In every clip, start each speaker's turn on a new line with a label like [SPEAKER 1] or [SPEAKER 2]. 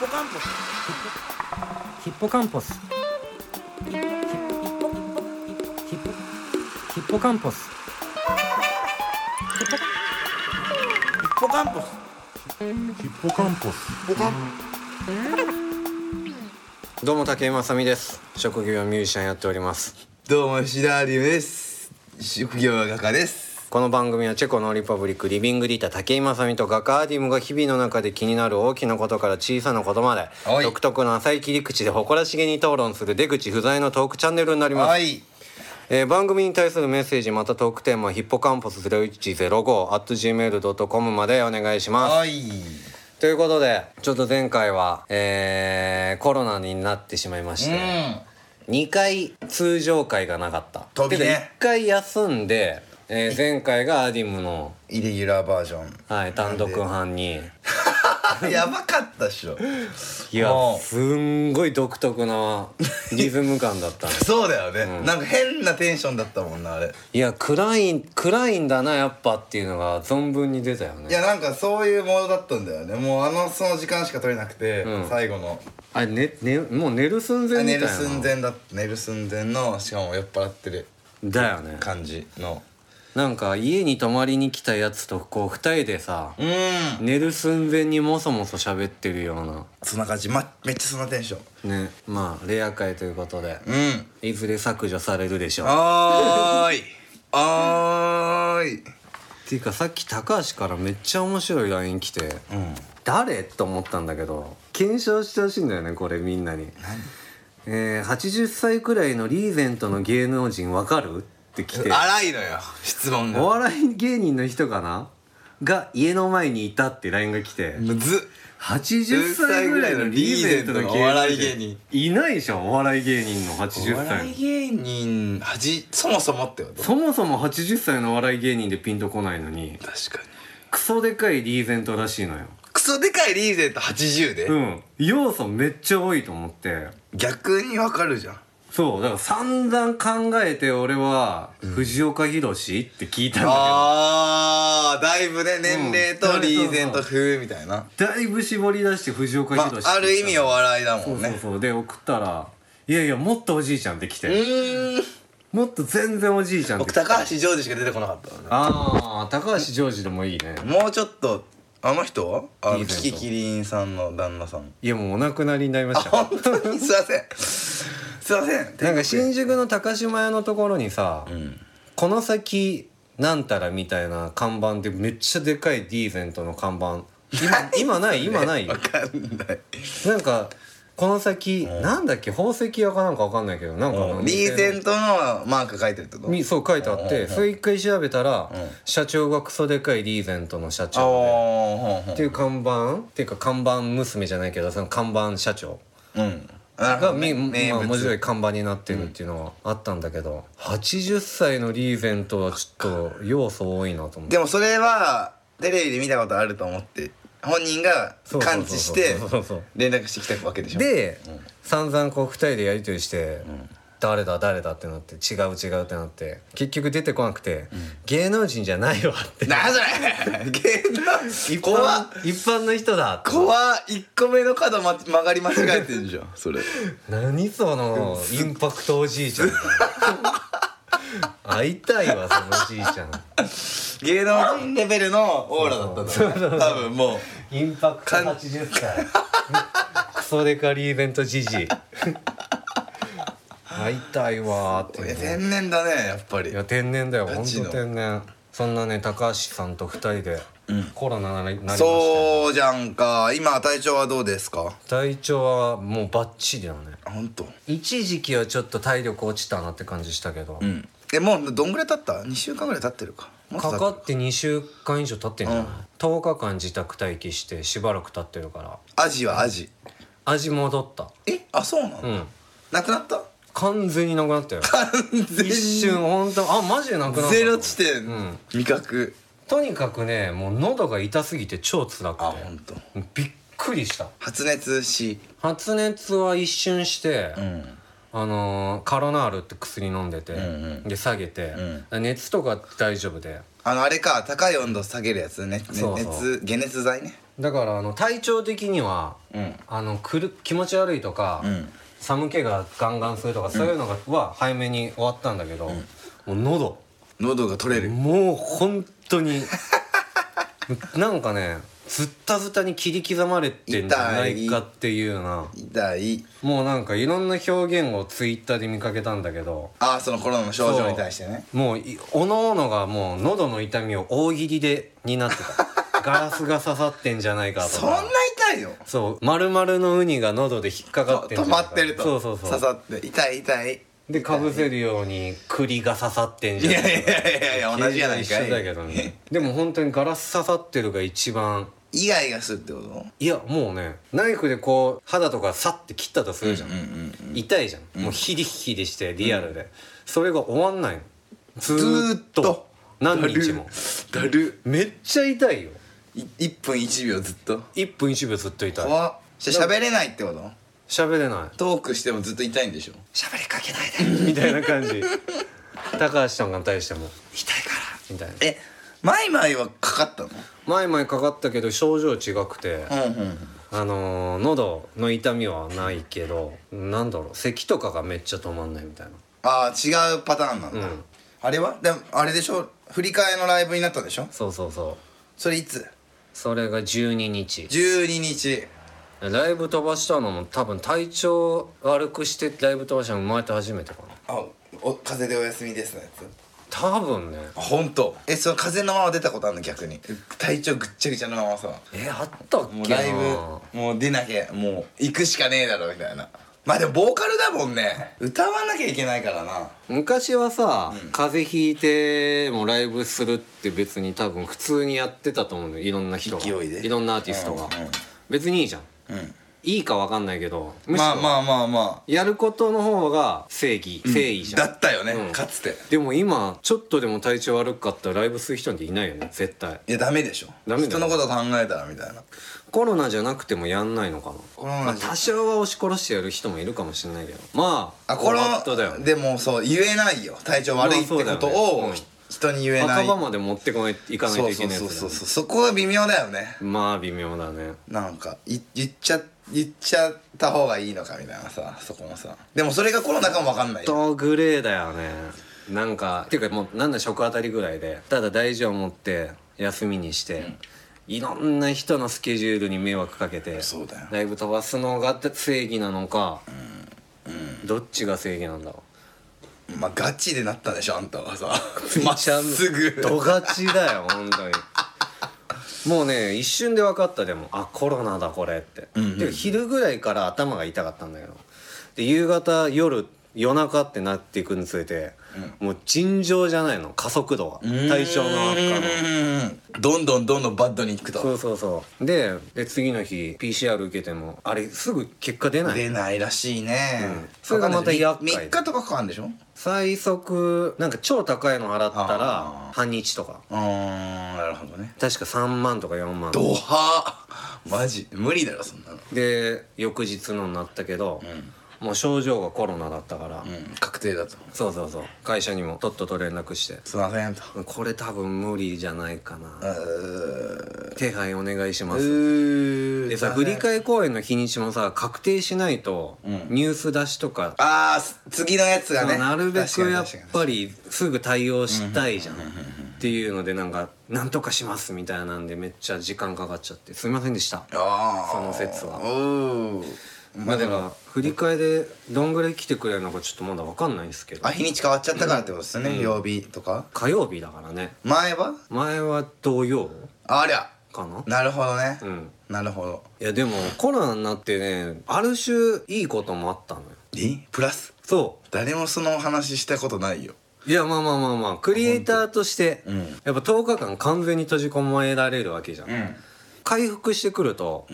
[SPEAKER 1] ポカンポス
[SPEAKER 2] ヒッポカンポスヒッポヒッポヒッポカンポス
[SPEAKER 1] ヒッポカンポス
[SPEAKER 3] ヒッポカンポス
[SPEAKER 1] ポカン
[SPEAKER 4] どうも竹井まさみです職業はミュージシャンやっております
[SPEAKER 5] どうも吉田流です職業は画家です
[SPEAKER 4] この番組はチェコのリパブリックリビングリータ竹井まさみと画家アディムが日々の中で気になる大きなことから小さなことまで
[SPEAKER 5] はい
[SPEAKER 4] 独特の浅い切り口で誇らしげに討論する出口不在のトークチャンネルになります、
[SPEAKER 5] はい
[SPEAKER 4] えー番組に対するメッセージまたトークテーマはヒッポカンポス 0105.gmail.com までお願いします
[SPEAKER 5] はい
[SPEAKER 4] ということでちょっと前回は、えーコロナになってしまいまして、2回通常会がなかった
[SPEAKER 5] 飛びね
[SPEAKER 4] けど1回休んで、えー前回がアディムの、
[SPEAKER 5] イレギュラーバージョン
[SPEAKER 4] はい、単独班に
[SPEAKER 5] あ やばかったっしょ
[SPEAKER 4] いや
[SPEAKER 5] もう
[SPEAKER 4] すんごい独特なリズム感だったね
[SPEAKER 5] そうだよね、なんか変なテンションだったもんなあれ
[SPEAKER 4] いや暗い暗いんだなやっぱっていうのが存分に出たよ
[SPEAKER 5] い
[SPEAKER 4] ね
[SPEAKER 5] やなんかそういうものだったんだよねもうあのその時間しか取れなくて、最後の
[SPEAKER 4] あれ、ねね、もう寝る寸前みたい
[SPEAKER 5] 寝
[SPEAKER 4] な
[SPEAKER 5] る寸前だ寝る寸前のしかも酔っ払ってる
[SPEAKER 4] だよね
[SPEAKER 5] 感じの
[SPEAKER 4] なんか家に泊まりに来たやつとこう二人でさ、
[SPEAKER 5] うん
[SPEAKER 4] 寝る寸前にもそもそ喋ってるよう
[SPEAKER 5] そんな感じ、ま、めっちゃそんなテンション
[SPEAKER 4] なねまあレア会ということで、
[SPEAKER 5] うん
[SPEAKER 4] いずれ削除されるでしょうっ
[SPEAKER 5] おーいおーい
[SPEAKER 4] ていうかさっき高橋からめっちゃ面白い LINE 来て、誰と思ったんだけど検証してほしいんだよねこれみんなにえー、80歳くらいのリーゼントの芸能人わかるって来て
[SPEAKER 5] 荒いのよ質問
[SPEAKER 4] お
[SPEAKER 5] が
[SPEAKER 4] 笑い芸人の人かなが家の前にいたって LINE が来て
[SPEAKER 5] むず
[SPEAKER 4] 80歳ぐらいのリーゼントの芸人
[SPEAKER 5] お笑い芸人
[SPEAKER 4] いないでしょお笑い芸人の80
[SPEAKER 5] お
[SPEAKER 4] 歳
[SPEAKER 5] 笑い芸人恥そもそもってこと
[SPEAKER 4] そもそも80歳のお笑い芸人でピンとこないのに
[SPEAKER 5] 確かに
[SPEAKER 4] クソでかいリーゼントらしいのよ
[SPEAKER 5] クソでかいリーゼント80で、
[SPEAKER 4] うん要素めっちゃ多いと思って
[SPEAKER 5] 逆にわかるじゃん
[SPEAKER 4] そうだから散々考えて俺は藤岡弘って聞いたんだ
[SPEAKER 5] あーだいぶね年齢
[SPEAKER 4] う
[SPEAKER 5] と
[SPEAKER 4] ん
[SPEAKER 5] リーゼント風みたいな、
[SPEAKER 4] けどだいぶ絞り出して藤岡
[SPEAKER 5] ま
[SPEAKER 4] 弘
[SPEAKER 5] あ、ある意味お笑いだも
[SPEAKER 4] そうんそう
[SPEAKER 5] ね
[SPEAKER 4] そうで送ったら「いやいやもっとおじいちゃん」って来て
[SPEAKER 5] うーん
[SPEAKER 4] もっと全然おじいちゃんって
[SPEAKER 5] 僕
[SPEAKER 4] 来て
[SPEAKER 5] 高橋ジョージしか出てこなかったわね
[SPEAKER 4] ああ高橋ジョージでもいいね
[SPEAKER 5] もうちょっとあの人はあ
[SPEAKER 4] リ
[SPEAKER 5] の
[SPEAKER 4] ーゼント
[SPEAKER 5] キキキリンさんの旦那さん
[SPEAKER 4] いやもうお亡くなりになりました
[SPEAKER 5] 本当にすいませんすいません
[SPEAKER 4] なんか新宿の高島屋のところにさ、この先なんたらみたいな看板でめっちゃでかいディーゼントの看板 今今ない今ない
[SPEAKER 5] わかんない
[SPEAKER 4] なんかこの先、なんだっけ宝石屋かなんかわかんないけどなんかあの
[SPEAKER 5] リーゼントのマーク書いてるってこと
[SPEAKER 4] みそう書いてあって、それ一回調べたら、社長がクソでかいリーゼントの社
[SPEAKER 5] あー
[SPEAKER 4] 長で
[SPEAKER 5] ほんほん
[SPEAKER 4] っていう看板っていうか看板娘じゃないけどその看板社長
[SPEAKER 5] うんなるほ
[SPEAKER 4] が、
[SPEAKER 5] どね
[SPEAKER 4] み
[SPEAKER 5] 名
[SPEAKER 4] まあ、
[SPEAKER 5] 物
[SPEAKER 4] 面白い看板になってるっていうのはあったんだけど、80歳のリーゼントはちょっと要素多いなと思って
[SPEAKER 5] でもそれはテレビで見たことあると思って本人が
[SPEAKER 4] そうそうそう
[SPEAKER 5] 感知して
[SPEAKER 4] そうそうそう
[SPEAKER 5] 連絡してきたわけでしょ
[SPEAKER 4] で、散々こう2人でやり取りして、誰だ誰だってなって違う違うってなって結局出てこなくて、芸能人じゃないわって
[SPEAKER 5] なんそれ芸能怖っ
[SPEAKER 4] 一般の人だって
[SPEAKER 5] 怖っ1個目の角、ま、曲がり間違えてんじゃんそれ
[SPEAKER 4] 何そのインパクトおじいち ゃんみたいな会いたいわそのおじいちゃん
[SPEAKER 5] 芸能人レベルのオーラだったんだろうね多分もう
[SPEAKER 4] インパクト80歳クソデカリーベントじじ い会いたいわーって
[SPEAKER 5] い
[SPEAKER 4] い
[SPEAKER 5] や
[SPEAKER 4] うね
[SPEAKER 5] 天然だねやっぱり
[SPEAKER 4] いや天然だよほん
[SPEAKER 5] ガ
[SPEAKER 4] と
[SPEAKER 5] チの
[SPEAKER 4] 天然そんなね高橋さんと2人でコロナになりましたよ
[SPEAKER 5] そうじゃんか今体調はどうですか
[SPEAKER 4] 体調はもうバッチリだね
[SPEAKER 5] 本当。
[SPEAKER 4] 一時期はちょっと体力落ちたなって感じしたけど、
[SPEAKER 5] うんえもうどんぐらい経った2週間ぐらい経ってるかもっと
[SPEAKER 4] か
[SPEAKER 5] 経
[SPEAKER 4] か
[SPEAKER 5] ってる
[SPEAKER 4] って2週間以上経ってんじゃない、10日間自宅待機してしばらく経ってるから
[SPEAKER 5] アジはアジ
[SPEAKER 4] 味戻った
[SPEAKER 5] えあそうなの、
[SPEAKER 4] うん
[SPEAKER 5] なくなった
[SPEAKER 4] 完全になくなったよ
[SPEAKER 5] 全
[SPEAKER 4] 一瞬本当あマジでなくなった
[SPEAKER 5] ゼロ地点、
[SPEAKER 4] うん
[SPEAKER 5] 味覚
[SPEAKER 4] とにかくねもう喉が痛すぎて超辛
[SPEAKER 5] あ
[SPEAKER 4] く
[SPEAKER 5] 本当。
[SPEAKER 4] てびっくりした
[SPEAKER 5] 発熱し
[SPEAKER 4] 発熱は一瞬して、
[SPEAKER 5] うん
[SPEAKER 4] あのーカロナールって薬飲んでて、
[SPEAKER 5] ん
[SPEAKER 4] で下げて、熱とか大丈夫で
[SPEAKER 5] あのあれか高い温度下げるやつねね
[SPEAKER 4] そうそう
[SPEAKER 5] 熱解熱剤ね
[SPEAKER 4] だからあの体調的には
[SPEAKER 5] うん
[SPEAKER 4] あのくる気持ち悪いとか、
[SPEAKER 5] うん
[SPEAKER 4] 寒気がガンガンするとか、そういうのがは早めに終わったんだけど、もう喉
[SPEAKER 5] 喉が取れる
[SPEAKER 4] もう本当に なんかねずったずたに切り刻まれてんじゃないかっていうような
[SPEAKER 5] 痛い
[SPEAKER 4] もうなんかいろんな表現をツイッターで見かけたんだけど
[SPEAKER 5] ああそのコロナの症状に対してね
[SPEAKER 4] もういおのおのがもう喉の痛みを大喜利でになって たガラスが刺さってんじゃないかとか
[SPEAKER 5] そんな痛いの
[SPEAKER 4] そう丸々のウニが喉で引っかかってんじゃ
[SPEAKER 5] 止
[SPEAKER 4] な
[SPEAKER 5] ま
[SPEAKER 4] いか
[SPEAKER 5] ってると
[SPEAKER 4] そうそうそう
[SPEAKER 5] 刺さって痛い痛い
[SPEAKER 4] でかぶせるように栗が刺さってん
[SPEAKER 5] い
[SPEAKER 4] じゃ
[SPEAKER 5] や
[SPEAKER 4] ない
[SPEAKER 5] い
[SPEAKER 4] か
[SPEAKER 5] やいやいや同じやない
[SPEAKER 4] 一
[SPEAKER 5] か
[SPEAKER 4] 緒だ
[SPEAKER 5] い
[SPEAKER 4] けどね でも本当にガラス刺さってるが一番
[SPEAKER 5] イガイガするってこと
[SPEAKER 4] いやもうねナイフでこう肌とかサッて切ったとするじゃん,、痛いじゃん、もうヒリヒリしてリアルで、それが終わんないのずーっと
[SPEAKER 5] ずーっと
[SPEAKER 4] 何日も
[SPEAKER 5] だる
[SPEAKER 4] めっちゃ痛いよ
[SPEAKER 5] い1分1秒ずっと
[SPEAKER 4] 1分1秒ずっと痛い
[SPEAKER 5] 怖っじゃあ喋れないってこと
[SPEAKER 4] 喋れない
[SPEAKER 5] トークしてもずっと痛いんでしょ喋りかけないで
[SPEAKER 4] みたいな感 じ高橋さんが対しても
[SPEAKER 5] 痛いから
[SPEAKER 4] みたいな
[SPEAKER 5] えマイマイはかかったの
[SPEAKER 4] 前々かかったけど症状違くて、
[SPEAKER 5] うんうん
[SPEAKER 4] あのー喉の痛みはないけどなんだろう咳とかがめっちゃ止まんないみたいな
[SPEAKER 5] ああ違うパターンなんだ、
[SPEAKER 4] うん
[SPEAKER 5] あれはでもあれでしょ振り替えのライブになったでしょ
[SPEAKER 4] そうそうそう
[SPEAKER 5] それいつ
[SPEAKER 4] それが12日
[SPEAKER 5] 12日
[SPEAKER 4] ライブ飛ばしたのも多分体調悪くしてライブ飛ばしたの生まれて初めてかな
[SPEAKER 5] あお風邪でお休みですのやつ
[SPEAKER 4] 多分ね
[SPEAKER 5] あ本当えその風邪のまま出たことあるの逆に体調ぐっちゃぐちゃのままさ
[SPEAKER 4] えあったっけな
[SPEAKER 5] もうライブもう出なきゃもう行くしかねえだろみたいなまあでもボーカルだもんね歌わなきゃいけないからな
[SPEAKER 4] 昔はさ、風邪ひいてもライブするって別に多分普通にやってたと思うのよいろんな人が
[SPEAKER 5] 勢いで
[SPEAKER 4] ろんなアーティストが、
[SPEAKER 5] うんうん
[SPEAKER 4] 別にいいじゃん
[SPEAKER 5] うん
[SPEAKER 4] いいかわかんないけどむしろ、
[SPEAKER 5] まあまあまあま
[SPEAKER 4] やることの方が正義、誠意じ
[SPEAKER 5] あ
[SPEAKER 4] ゃん
[SPEAKER 5] だったよね、
[SPEAKER 4] うん
[SPEAKER 5] かつて
[SPEAKER 4] でも今ちょっとでも体調悪かったらライブする人なんていないよね絶対
[SPEAKER 5] いやダメでしょ
[SPEAKER 4] ダメだよ
[SPEAKER 5] 人のこと考えたらみたいな
[SPEAKER 4] コロナじゃなくてもやんないのかな
[SPEAKER 5] コロナじ
[SPEAKER 4] ま
[SPEAKER 5] ゃ
[SPEAKER 4] あ多少は押し殺してやる人もいるかもしれないけどまあ
[SPEAKER 5] あこれ
[SPEAKER 4] 終わっただよね
[SPEAKER 5] でもそう言えないよ体調悪いってこ
[SPEAKER 4] まあそ
[SPEAKER 5] と
[SPEAKER 4] うだよね
[SPEAKER 5] を
[SPEAKER 4] うん
[SPEAKER 5] 人に言えない
[SPEAKER 4] 墓場まで持ってこないいかない
[SPEAKER 5] そ
[SPEAKER 4] と
[SPEAKER 5] う
[SPEAKER 4] い
[SPEAKER 5] そ
[SPEAKER 4] け
[SPEAKER 5] う
[SPEAKER 4] ない
[SPEAKER 5] そう
[SPEAKER 4] やつだ
[SPEAKER 5] そう
[SPEAKER 4] よね
[SPEAKER 5] そうそこが微妙だよね
[SPEAKER 4] まあ微妙だね
[SPEAKER 5] なんかい言っちゃ言っちゃった方がいいのかみたいなさそこもさでもそれがコロナかも分かんないよ
[SPEAKER 4] とグレーだよねなんかっていうかもうなんだ食あたりぐらいでただ大事を持って休みにして、いろんな人のスケジュールに迷惑かけて
[SPEAKER 5] そうだよ
[SPEAKER 4] ライブ飛ばすのが正義なのか、どっちが正義なんだろ
[SPEAKER 5] まあガチでなったでしょあんた はさ
[SPEAKER 4] う
[SPEAKER 5] まっすぐ
[SPEAKER 4] ドガチだよ本当にもうね一瞬で分かったでもあコロナだこれって、で昼ぐらいから頭が痛かったんだけどで夕方夜夜中ってなっていくにつれて、もう尋常じゃないの加速度が体調の悪化の
[SPEAKER 5] うんどんどんどんどんバッドに行く
[SPEAKER 4] そ
[SPEAKER 5] と
[SPEAKER 4] うそうそうでで次の日 PCR 受けてもあれすぐ結果出ない
[SPEAKER 5] 出ないらしいね、
[SPEAKER 4] んそれがまた厄介
[SPEAKER 5] 3日とかかかんでしょ
[SPEAKER 4] 最速なんか超高いの払った
[SPEAKER 5] あ
[SPEAKER 4] ら半日とか
[SPEAKER 5] うーんなるほどね
[SPEAKER 4] 確か3万とか4万
[SPEAKER 5] ドハーマジ無理だろそんなの
[SPEAKER 4] で翌日のになったけど、もう症状がコロナだったから、
[SPEAKER 5] うん確定だと
[SPEAKER 4] そうそうそう会社にもとっとと連絡して
[SPEAKER 5] すいませんと
[SPEAKER 4] これ多分無理じゃないか
[SPEAKER 5] う
[SPEAKER 4] な
[SPEAKER 5] ー
[SPEAKER 4] 手配お願いしま
[SPEAKER 5] う
[SPEAKER 4] す
[SPEAKER 5] ー
[SPEAKER 4] でさ振り替え公演の日にちもさ確定しないと、ニュース出しとか
[SPEAKER 5] ああ次のやつがね
[SPEAKER 4] なるべ
[SPEAKER 5] 確か
[SPEAKER 4] く
[SPEAKER 5] に
[SPEAKER 4] やっ
[SPEAKER 5] 確かに
[SPEAKER 4] ぱりすぐ対応したいじゃんっていうのでなんかなんとかしますみたいなんでめっちゃ時間かかっちゃってすいませんでした
[SPEAKER 5] ああ
[SPEAKER 4] その説は
[SPEAKER 5] おー
[SPEAKER 4] まあだから振り替えでどんぐらい来てくれるのかちょっとまだ分かんないんですけど
[SPEAKER 5] あ日にち変わっちゃったからってことですよね、曜日とか
[SPEAKER 4] 火曜日だからね
[SPEAKER 5] 前は
[SPEAKER 4] 前は土曜
[SPEAKER 5] ありゃ
[SPEAKER 4] かな
[SPEAKER 5] なるほどね、
[SPEAKER 4] うん
[SPEAKER 5] なるほど
[SPEAKER 4] いやでもコロナになってねある種いいこともあったのよ
[SPEAKER 5] えプラス
[SPEAKER 4] そ
[SPEAKER 5] 誰もそのお話ししたことないよ
[SPEAKER 4] ういやまあまあまあまあクリエイターとして、
[SPEAKER 5] ん
[SPEAKER 4] やっぱ10日間完全に閉じ込められるわけじゃん、
[SPEAKER 5] ん
[SPEAKER 4] 回復してくると、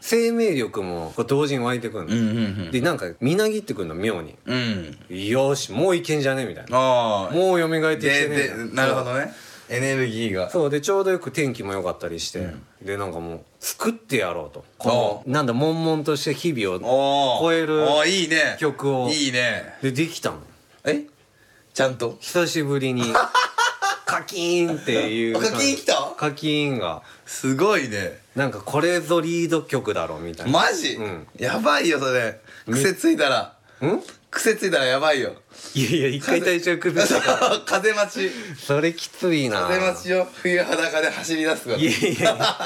[SPEAKER 4] 生命力もこう同時に湧いてくるの、
[SPEAKER 5] うんうん
[SPEAKER 4] でなんかみなぎってくるの妙に
[SPEAKER 5] うん
[SPEAKER 4] よーしもういけんじゃねみたいな
[SPEAKER 5] ああ
[SPEAKER 4] もう蘇ってき
[SPEAKER 5] で
[SPEAKER 4] てね
[SPEAKER 5] でなるほどねエネルギーが
[SPEAKER 4] そうでちょうどよく天気も良かったりして、でなんかもう作ってやろうとこのなんだ悶々として日々を
[SPEAKER 5] おー
[SPEAKER 4] 超える
[SPEAKER 5] おーいいね
[SPEAKER 4] 曲を
[SPEAKER 5] いいね
[SPEAKER 4] でできたの
[SPEAKER 5] えちゃんと
[SPEAKER 4] 久しぶりにカキーンっていう
[SPEAKER 5] あカキーン来た
[SPEAKER 4] カキーンが
[SPEAKER 5] すごいね
[SPEAKER 4] なんかこれぞリード曲だろみたいな
[SPEAKER 5] マジ、
[SPEAKER 4] うん
[SPEAKER 5] やばいよそれ癖ついたら
[SPEAKER 4] ん
[SPEAKER 5] 癖ついたらやば いよ
[SPEAKER 4] いやいや一回体調崩したから
[SPEAKER 5] 風待ち
[SPEAKER 4] それきついな
[SPEAKER 5] 風待ちを冬裸で走り出すから
[SPEAKER 4] いやいやいや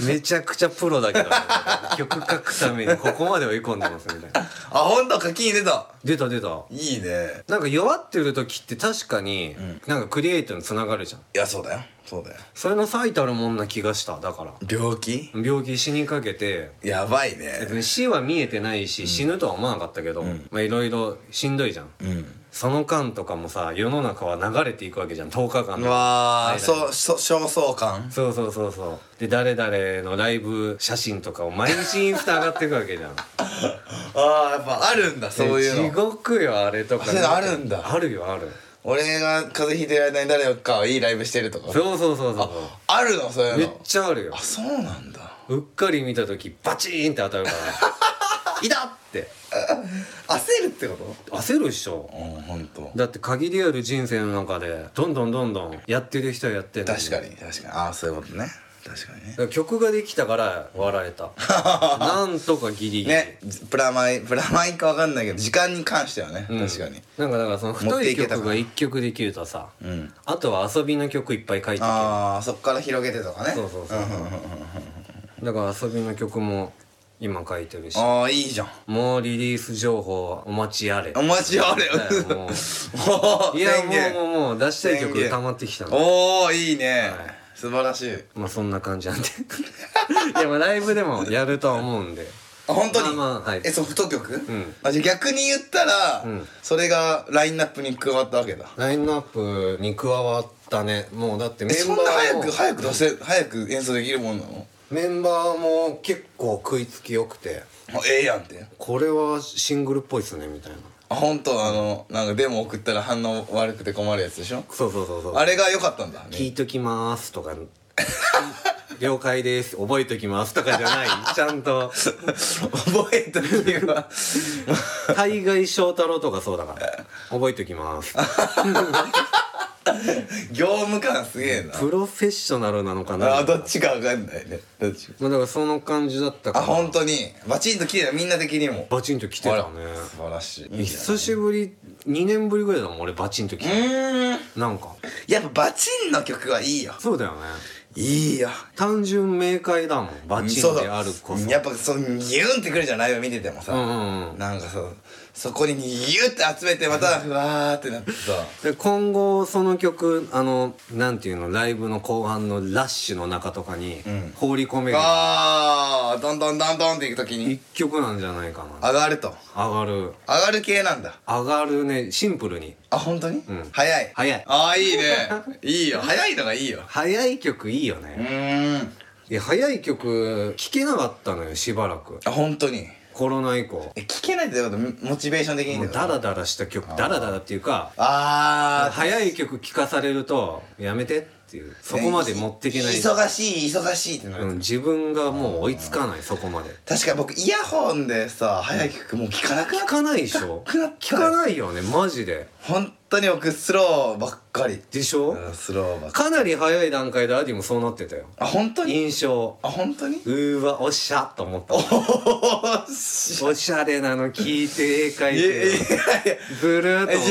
[SPEAKER 4] めちゃくちゃプロだけどね曲書くためにここまで追い込んでますみたいな
[SPEAKER 5] あほんと課金入れた
[SPEAKER 4] 出た出た
[SPEAKER 5] いいね
[SPEAKER 4] なんか弱ってる時って確かに、なんかクリエイトにつながるじゃん
[SPEAKER 5] いやそうだよそうだよ
[SPEAKER 4] それの最たるもんな気がしただから
[SPEAKER 5] 病気
[SPEAKER 4] 病気死にかけて
[SPEAKER 5] やばいね
[SPEAKER 4] 別に死は見えてないし、死ぬとは思わなかったけど、まあいろいろしんどいじゃん、
[SPEAKER 5] うん
[SPEAKER 4] その間とかもさ世の中は流れていくわけじゃん10日間
[SPEAKER 5] うわ
[SPEAKER 4] 間
[SPEAKER 5] ーそうそ焦燥感
[SPEAKER 4] そうそうそうそうで誰々のライブ写真とかを毎日インスタ上がっていくわけじゃん
[SPEAKER 5] あーやっぱあるん だそういう
[SPEAKER 4] 地
[SPEAKER 5] の
[SPEAKER 4] 獄よあれとか
[SPEAKER 5] あそういうのあるんだ
[SPEAKER 4] あるよある
[SPEAKER 5] 俺が風邪ひいてる間に誰かがいいライブしてるとか
[SPEAKER 4] そうそうそうそ
[SPEAKER 5] あるのそう
[SPEAKER 4] う
[SPEAKER 5] いう
[SPEAKER 4] めっ
[SPEAKER 5] の
[SPEAKER 4] ちゃあるよ
[SPEAKER 5] あそうなんだ
[SPEAKER 4] うっかり見た時バチーンって当た るからいたって
[SPEAKER 5] 焦るってこと
[SPEAKER 4] 焦るっしょ
[SPEAKER 5] うん本当。
[SPEAKER 4] だって限りある人生の中でどんどんどんどんやってる人はやってんの
[SPEAKER 5] 確かに確かにああそういうことね確かにね
[SPEAKER 4] だから曲ができたから笑え たなんとかギリギリ
[SPEAKER 5] ねプラマイプラマイかわかんないけど時間に関してはね、確かに
[SPEAKER 4] なんかだからその
[SPEAKER 5] 持っ
[SPEAKER 4] 太
[SPEAKER 5] て
[SPEAKER 4] い
[SPEAKER 5] いけた
[SPEAKER 4] 曲
[SPEAKER 5] か
[SPEAKER 4] が
[SPEAKER 5] ら
[SPEAKER 4] 1曲できるとさ、
[SPEAKER 5] ん
[SPEAKER 4] あとは遊びの曲いっぱい書いてけ
[SPEAKER 5] ああそっから広げてとかね
[SPEAKER 4] そうそうそうだから遊びの曲も今書いてるし
[SPEAKER 5] ああいいじゃん
[SPEAKER 4] もうリリース情報お待ちあれ
[SPEAKER 5] お待ちあれ
[SPEAKER 4] だよもう
[SPEAKER 5] おお
[SPEAKER 4] いや
[SPEAKER 5] 宣言
[SPEAKER 4] もうもうもう出したい曲
[SPEAKER 5] 宣言
[SPEAKER 4] 溜まってきたの
[SPEAKER 5] おおいいね、素晴らしい
[SPEAKER 4] まあそんな感じなんで いやまあライブでもやるとは思うんで
[SPEAKER 5] あ本当に、
[SPEAKER 4] まあまあはい
[SPEAKER 5] えソフト曲、
[SPEAKER 4] ん
[SPEAKER 5] あじゃあ逆に言ったら、それがラインナップに加わったわけだ
[SPEAKER 4] ラインナップに加わったねもうだってメ
[SPEAKER 5] え
[SPEAKER 4] ン
[SPEAKER 5] そ
[SPEAKER 4] バ
[SPEAKER 5] んな
[SPEAKER 4] ー
[SPEAKER 5] 早
[SPEAKER 4] も
[SPEAKER 5] く早く出せ早く演奏できるもんなの
[SPEAKER 4] メンバーも結構食いつきよくて
[SPEAKER 5] あええやんって
[SPEAKER 4] これはシングルっぽいっすねみたいな
[SPEAKER 5] あ本当あのなんかデモ送ったら反応悪くて困るやつでしょ
[SPEAKER 4] そうそうそうそう
[SPEAKER 5] あれが良かったんだ
[SPEAKER 4] 聞いときます とか了解です覚えときますとかじゃないちゃんと
[SPEAKER 5] 覚えた理由は
[SPEAKER 4] 大概翔太郎とかそうだから覚えときます
[SPEAKER 5] 業務感すげえ な
[SPEAKER 4] プロフェッショナルなのかな
[SPEAKER 5] あどっちか分かんないねどっちか
[SPEAKER 4] まあだからその感じだったか
[SPEAKER 5] あ
[SPEAKER 4] ら
[SPEAKER 5] 本当にバチンと切れたみんな的にも
[SPEAKER 4] バチンと来て
[SPEAKER 5] あ
[SPEAKER 4] た
[SPEAKER 5] ら
[SPEAKER 4] ね
[SPEAKER 5] 素晴らしいいいじゃん
[SPEAKER 4] 久しぶり2年ぶりぐらいだもん俺バチンと来
[SPEAKER 5] う
[SPEAKER 4] て
[SPEAKER 5] ーん
[SPEAKER 4] なんか
[SPEAKER 5] やっぱバチンの曲はいいよ
[SPEAKER 4] そうだよね
[SPEAKER 5] いいよ
[SPEAKER 4] 単純明快だもんバチ
[SPEAKER 5] そ
[SPEAKER 4] ン
[SPEAKER 5] う
[SPEAKER 4] で
[SPEAKER 5] だ
[SPEAKER 4] あるこそ
[SPEAKER 5] やっぱそうギュンってくるじゃんライブ見ててもさ、
[SPEAKER 4] うんうんうん
[SPEAKER 5] なんかさそこにギュって集めてまたふわーってなってさ
[SPEAKER 4] で今後その曲あのなんていうのライブの後半のラッシュの中とかに
[SPEAKER 5] ん
[SPEAKER 4] 放り込める
[SPEAKER 5] あーどんどんどんどんっていくときに
[SPEAKER 4] 一曲なんじゃないかな
[SPEAKER 5] 上がると
[SPEAKER 4] 上がる
[SPEAKER 5] 上がる系なんだ
[SPEAKER 4] 上がるねシンプルに
[SPEAKER 5] あ本当に、早い
[SPEAKER 4] 早い
[SPEAKER 5] ああいいねいいよ早いのがいいよ
[SPEAKER 4] 早い曲いいよ
[SPEAKER 5] う
[SPEAKER 4] ね、
[SPEAKER 5] ーん
[SPEAKER 4] いや早い曲聴けなかったのよしばらく
[SPEAKER 5] あ本当に
[SPEAKER 4] コロナ以降
[SPEAKER 5] え聞けないってことモチベーション的に
[SPEAKER 4] も
[SPEAKER 5] っ
[SPEAKER 4] う
[SPEAKER 5] てこ
[SPEAKER 4] ダ
[SPEAKER 5] と
[SPEAKER 4] ラダラした曲ダラダラっていうか
[SPEAKER 5] ああ
[SPEAKER 4] 早い曲聴かされるとやめてっていうそこまで持っていけない、
[SPEAKER 5] 忙しい忙しいってなる、
[SPEAKER 4] うん、自分がもう追いつかないそこまで
[SPEAKER 5] 確かに僕イヤホンでさ早い曲もう聞かなくな
[SPEAKER 4] 聴
[SPEAKER 5] っ
[SPEAKER 4] かないでしょ
[SPEAKER 5] なくなった
[SPEAKER 4] 聴かないよねマジで
[SPEAKER 5] 本当に僕スローばっかり
[SPEAKER 4] でしょ、
[SPEAKER 5] うんスローばっかり
[SPEAKER 4] かなり早い段階でアディもそうなってたよ
[SPEAKER 5] あ本当に
[SPEAKER 4] 印象
[SPEAKER 5] あ本当
[SPEAKER 4] う
[SPEAKER 5] に
[SPEAKER 4] ーわおっしゃと思った
[SPEAKER 5] おし
[SPEAKER 4] おしゃれなの聞いて絵描い
[SPEAKER 5] いや
[SPEAKER 4] て
[SPEAKER 5] いやいや
[SPEAKER 4] ブルーと
[SPEAKER 5] いやいや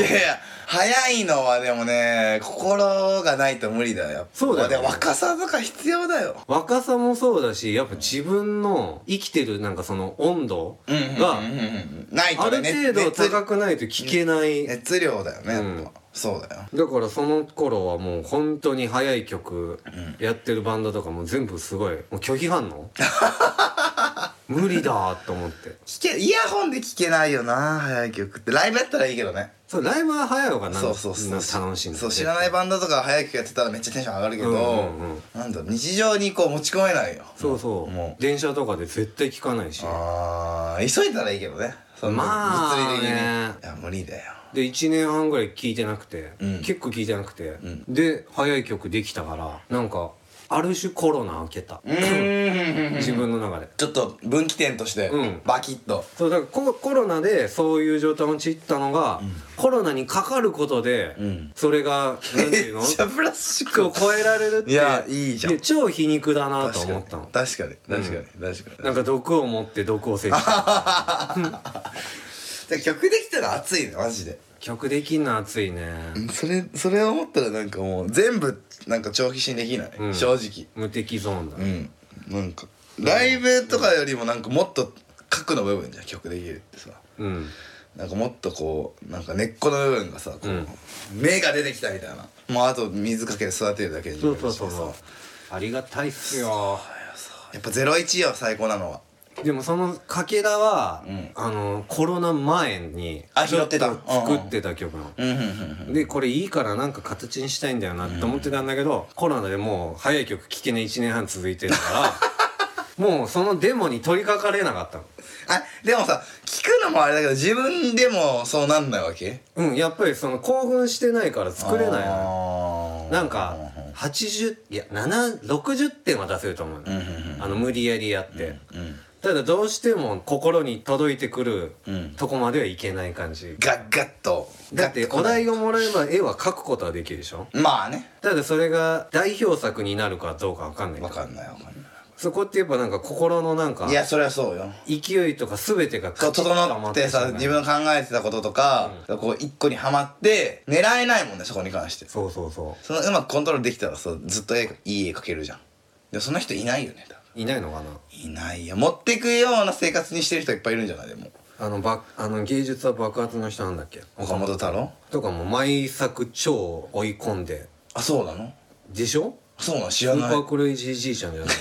[SPEAKER 5] 早いのはでもね心がないと無理だよやっぱ
[SPEAKER 4] そうだよね
[SPEAKER 5] で若さとか必要だよ
[SPEAKER 4] 若さもそうだしやっぱ自分の生きてるなんかその温度が
[SPEAKER 5] うんうんうんない
[SPEAKER 4] あ
[SPEAKER 5] と
[SPEAKER 4] る
[SPEAKER 5] ね
[SPEAKER 4] 程度
[SPEAKER 5] 熱
[SPEAKER 4] 高くないと聞けないだ
[SPEAKER 5] 熱量だよねやっぱ、
[SPEAKER 4] うん
[SPEAKER 5] そうだよ
[SPEAKER 4] からその頃はもう本当に早い曲やってるバンドとかも全部すごいもう拒否反 応無理だと思って
[SPEAKER 5] 聞けイヤホンで聞けないよな早い曲ってライブやったらいいけどね
[SPEAKER 4] そうライブは早い方がなん
[SPEAKER 5] そうそうそう
[SPEAKER 4] なん楽しいんだよ
[SPEAKER 5] そう知らないバンドとか早い曲やってたらめっちゃテンション上がるけど、
[SPEAKER 4] うんうんうん
[SPEAKER 5] なんだろう日常にこう持ち込めないよ
[SPEAKER 4] そうそう
[SPEAKER 5] も
[SPEAKER 4] 電車とかで絶対聞かないし
[SPEAKER 5] あー急いだらいいけどねその
[SPEAKER 4] まあ
[SPEAKER 5] 物理的に、
[SPEAKER 4] ね
[SPEAKER 5] いや無理だよ
[SPEAKER 4] で1年半ぐらい聴いてなくて、結構聴いてなくて、で早い曲できたからなんかある種コロナ開けた
[SPEAKER 5] うん
[SPEAKER 4] 自分の中で
[SPEAKER 5] ちょっと分岐点として
[SPEAKER 4] うん
[SPEAKER 5] バキッと
[SPEAKER 4] そうだからココロナでそういう状態に陥ったのが、コロナにかかることで、
[SPEAKER 5] ん
[SPEAKER 4] それが何ていうの
[SPEAKER 5] めっちゃプラスチック
[SPEAKER 4] そう超えられるって
[SPEAKER 5] いやいいじゃん
[SPEAKER 4] や超皮肉だなと
[SPEAKER 5] 確か
[SPEAKER 4] 思
[SPEAKER 5] に
[SPEAKER 4] ったの
[SPEAKER 5] 確かに確かに確か
[SPEAKER 4] な
[SPEAKER 5] に
[SPEAKER 4] んか毒を持って毒を制した
[SPEAKER 5] で曲できたら熱いねマジで
[SPEAKER 4] 曲できんの熱いね
[SPEAKER 5] それそれを思ったらなんかもう全部なんか長期心できない、
[SPEAKER 4] ん
[SPEAKER 5] 正直
[SPEAKER 4] 無敵ゾーンだ、
[SPEAKER 5] うんなんかライブとかよりもなんかもっと核の部分じゃん曲できるってさ
[SPEAKER 4] うん
[SPEAKER 5] なんかもっとこうなんか根っこの部分がさこう、
[SPEAKER 4] うん
[SPEAKER 5] 芽が出てきたみたいなもうあと水かけて育てるだけに
[SPEAKER 4] そうそうそうそうありがたいっすよ
[SPEAKER 5] やっぱ01よ最高なのは
[SPEAKER 4] でもそのかけらは、
[SPEAKER 5] うん
[SPEAKER 4] あのコロナ前に
[SPEAKER 5] あ拾ってた
[SPEAKER 4] ちょと作ってた曲なの、
[SPEAKER 5] うんうんうん
[SPEAKER 4] でこれいいからなんか形にしたいんだよなって思ってたんだけど、コロナでもう早い曲聴けね1年半続いてるから もうそのデモに取り掛かれなかったの
[SPEAKER 5] あでもさ聞くのもあれだけど自分でもそうなんないわけ
[SPEAKER 4] うんやっぱりその興奮してないから作れないのよ
[SPEAKER 5] あー
[SPEAKER 4] なんか80いや7 60点は出せると思うの,、あの無理やりやって、ただどうしても心に届いてくる
[SPEAKER 5] ん
[SPEAKER 4] とこまではいけない感じ、
[SPEAKER 5] ガッガッと
[SPEAKER 4] だってお
[SPEAKER 5] 題
[SPEAKER 4] 題をもらえば絵は描くことはできるでしょ
[SPEAKER 5] まあね
[SPEAKER 4] ただそれが代表作になるかどうかわかんないか
[SPEAKER 5] わ
[SPEAKER 4] ら
[SPEAKER 5] かんないわかんな
[SPEAKER 4] そこってやっぱなんか心のなんか
[SPEAKER 5] いいやそりゃそうよ
[SPEAKER 4] 勢いとか全てが
[SPEAKER 5] こう整ってさ自分の考えてたこととか、こう一個にはまって狙えないもんねそこに関して
[SPEAKER 4] そうそうそ
[SPEAKER 5] そのうまくコントロールできたらさずっと絵いい絵描けるじゃんでもその人いないよね多分
[SPEAKER 4] ういないのかない
[SPEAKER 5] ないよ持ってくような生活にしてる人いっぱいいるんじゃないでも
[SPEAKER 4] あのばあの芸術は爆発の人なんだっけ
[SPEAKER 5] 岡本太郎
[SPEAKER 4] とかも毎作超追い込んで
[SPEAKER 5] あそうなの
[SPEAKER 4] でしょ
[SPEAKER 5] そうなの
[SPEAKER 4] ス
[SPEAKER 5] 知ら
[SPEAKER 4] ー
[SPEAKER 5] ない
[SPEAKER 4] パークレイジーじいちゃんじゃな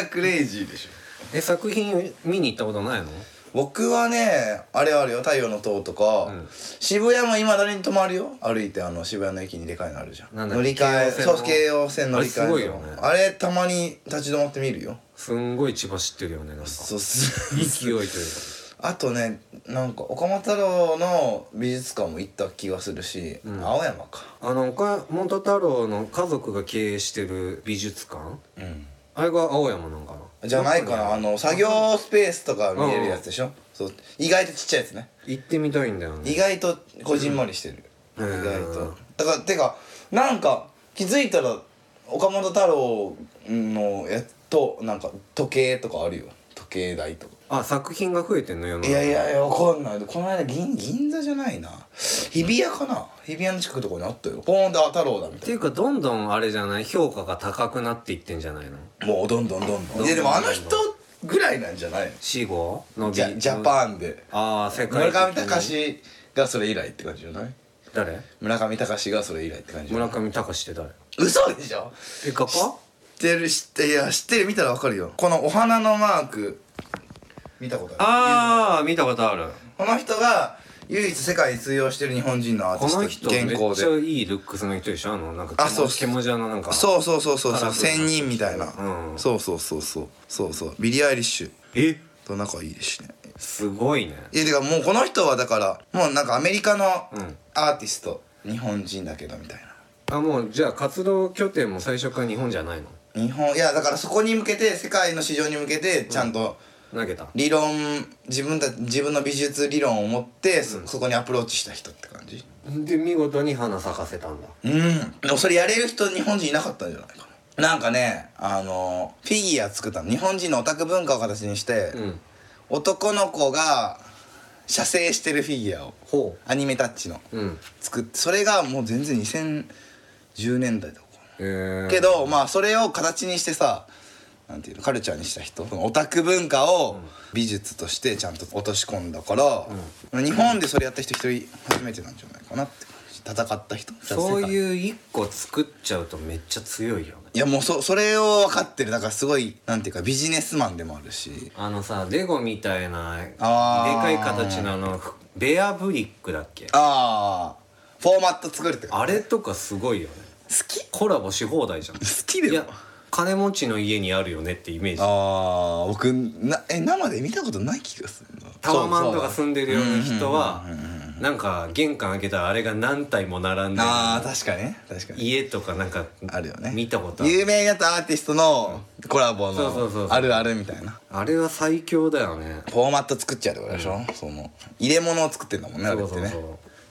[SPEAKER 4] い
[SPEAKER 5] クレイジーでしょ
[SPEAKER 4] え作品見に行ったことないの
[SPEAKER 5] 僕はねあれあるよ「太陽の塔」とか、渋谷も今だに止まるよ歩いてあの渋谷の駅にでかいのあるじゃん
[SPEAKER 4] なんだ
[SPEAKER 5] 乗り換え
[SPEAKER 4] 京王線
[SPEAKER 5] そ
[SPEAKER 4] の
[SPEAKER 5] う京王線乗り換え
[SPEAKER 4] あれすごいよね
[SPEAKER 5] あれたまに立ち止まってみるよ
[SPEAKER 4] すんごい千葉知ってるよねなんか
[SPEAKER 5] そうっす
[SPEAKER 4] 勢いというか
[SPEAKER 5] あとねなんか岡本太郎の美術館も行った気がするし、青山か
[SPEAKER 4] あの岡本太郎の家族が経営してる美術館
[SPEAKER 5] うん
[SPEAKER 4] あれが青山なんかな
[SPEAKER 5] じゃないかなあの作業スペースとか見れるやつでしょ、そう意外とちっちゃいやつね
[SPEAKER 4] 行ってみたいんだよね
[SPEAKER 5] 意外とこじんまりしてる、
[SPEAKER 4] うん
[SPEAKER 5] 意外とだからてかなんか気づいたら岡本太郎のやっとなんか時計とかあるよ時計台とか、
[SPEAKER 4] あ作品が増えてんの世の中
[SPEAKER 5] いやいやいやわかんないこの間銀銀座じゃないな日比谷かな日比谷の近くとかにあったよポーンで太郎だみ
[SPEAKER 4] った
[SPEAKER 5] い
[SPEAKER 4] ていうかどんどんあれじゃない評価が高くなっていってんじゃないの
[SPEAKER 5] なもうどんどんどんどんいやでもあの人ぐらいなんじゃないの
[SPEAKER 4] 死後の
[SPEAKER 5] ジャジャパンで
[SPEAKER 4] ああ世界
[SPEAKER 5] 村
[SPEAKER 4] 的に
[SPEAKER 5] 上隆がそれ以来って感じじゃない
[SPEAKER 4] 誰
[SPEAKER 5] 村上隆がそれ以来って感じじゃな
[SPEAKER 4] 村
[SPEAKER 5] い
[SPEAKER 4] 上隆って誰
[SPEAKER 5] 嘘でしょ
[SPEAKER 4] え画家
[SPEAKER 5] 知ってる知っていや知ってる見たらわかるよこのお花のマーク見たことある
[SPEAKER 4] ああ見たことある
[SPEAKER 5] この人が唯一世界に通用してる日本人のアーテ
[SPEAKER 4] こ
[SPEAKER 5] ィスト
[SPEAKER 4] の人め
[SPEAKER 5] 現
[SPEAKER 4] っ
[SPEAKER 5] 行
[SPEAKER 4] ちゃ
[SPEAKER 5] で
[SPEAKER 4] いいルックスの人でしょあのなんか
[SPEAKER 5] あそう
[SPEAKER 4] ケモジャのなんか
[SPEAKER 5] そうそうそうそうそう
[SPEAKER 4] カラフルな
[SPEAKER 5] 仙人みたいな、
[SPEAKER 4] うん
[SPEAKER 5] そうそうそうそうそうそうビリー・アイリッシュ
[SPEAKER 4] え
[SPEAKER 5] と仲いいですしね
[SPEAKER 4] すごいね
[SPEAKER 5] いやてかもうこの人はだからもうなんかアメリカの
[SPEAKER 4] うん
[SPEAKER 5] アーティスト、日本人だけどみたいな
[SPEAKER 4] あもうじゃあ活動拠点も最初から日本じゃないの
[SPEAKER 5] 日本いやだからそこに向けて世界の市場に向けてちゃんと、
[SPEAKER 4] 投げた
[SPEAKER 5] 理論自分た自分の美術理論を持ってそ,、こにアプローチした人って感じ
[SPEAKER 4] で見事に花咲かせたんだ
[SPEAKER 5] うんでもそれやれる人日本人いなかったんじゃないかななんかねあのフィギュア作ったの日本人のオタク文化を形にして、
[SPEAKER 4] うん
[SPEAKER 5] 男の子が写生してるフィギュアを
[SPEAKER 4] ほ
[SPEAKER 5] アニメタッチの、
[SPEAKER 4] ううん
[SPEAKER 5] 作ってそれがもう全然2010年代とか
[SPEAKER 4] えー、
[SPEAKER 5] けどまあそれを形にしてさなんていうのカルチャーにした人そのオタク文化を美術としてちゃんと落とし込んだから、日本でそれやった人一人初めてなんじゃないかなって感じ戦った人
[SPEAKER 4] そう
[SPEAKER 5] う
[SPEAKER 4] いう一個作っちゃうとめっちゃ強いよね
[SPEAKER 5] いやもうそそれを分かってるだからすごいなんていうかビジネスマンでもあるし
[SPEAKER 4] あのさレゴみたいなで
[SPEAKER 5] あー
[SPEAKER 4] かい形のあのベアブリックだっけ
[SPEAKER 5] ああフォーマット作るってか
[SPEAKER 4] あれとかすごいよね
[SPEAKER 5] 好き好
[SPEAKER 4] コラボし放題じゃん
[SPEAKER 5] きで
[SPEAKER 4] い
[SPEAKER 5] も
[SPEAKER 4] や金持ちの家にあるよねってイメージ
[SPEAKER 5] ああ僕なえ生で見たことない気がするな
[SPEAKER 4] タワマンとか住んでるような人は
[SPEAKER 5] うんうんうんうん
[SPEAKER 4] なんか玄関開けたらあれが何体も並んでる
[SPEAKER 5] ああ確かにね確かに
[SPEAKER 4] 家とかなんか
[SPEAKER 5] あるよね
[SPEAKER 4] 見たことある
[SPEAKER 5] 有名になったアーティストのコラボ
[SPEAKER 4] そうそうそう
[SPEAKER 5] の
[SPEAKER 4] そう
[SPEAKER 5] あるあるみたいな
[SPEAKER 4] あれは最強だよね
[SPEAKER 5] フォーマット作っちゃうってことでしょ、その入れ物を作ってんだもんねあれってね
[SPEAKER 4] そう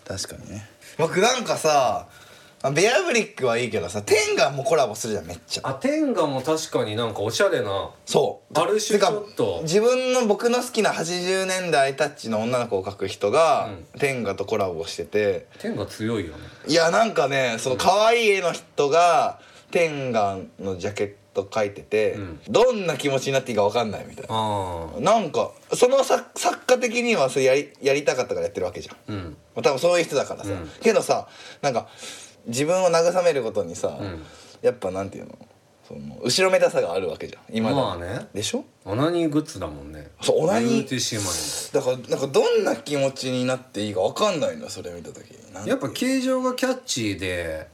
[SPEAKER 4] そう
[SPEAKER 5] 確かにね僕なんかさベアブリックはいいけどさテンガもコラボするじゃんめっちゃ
[SPEAKER 4] あ天下も確かになんかおしゃれな
[SPEAKER 5] そう
[SPEAKER 4] ある種
[SPEAKER 5] てか
[SPEAKER 4] ちょっと
[SPEAKER 5] 自分の僕の好きな80年代タッチの女の子を描く人が、テンガとコラボしてて
[SPEAKER 4] 天下強いよね
[SPEAKER 5] いやなんかねその可愛い絵の人がテンガのジャケット描いてて、
[SPEAKER 4] ん
[SPEAKER 5] どんな気持ちになっていいか分かんないみたいな
[SPEAKER 4] ああ
[SPEAKER 5] なんかその作作家的にはそれやりやりたかったからやってるわけじゃん、
[SPEAKER 4] うん
[SPEAKER 5] まあ多分そういう人だからさ、けどさなんか自分を慰めることにさ、
[SPEAKER 4] ん
[SPEAKER 5] やっぱなんていうのその後ろめたさがあるわけじゃん今だに
[SPEAKER 4] まあね
[SPEAKER 5] でしょ
[SPEAKER 4] オナニーグッズだもんね
[SPEAKER 5] そうオナニー
[SPEAKER 4] UTC
[SPEAKER 5] だからなんかどんな気持ちになっていいか分かんないんだそれ見た時になん
[SPEAKER 4] やっぱ形状がキャッチーで、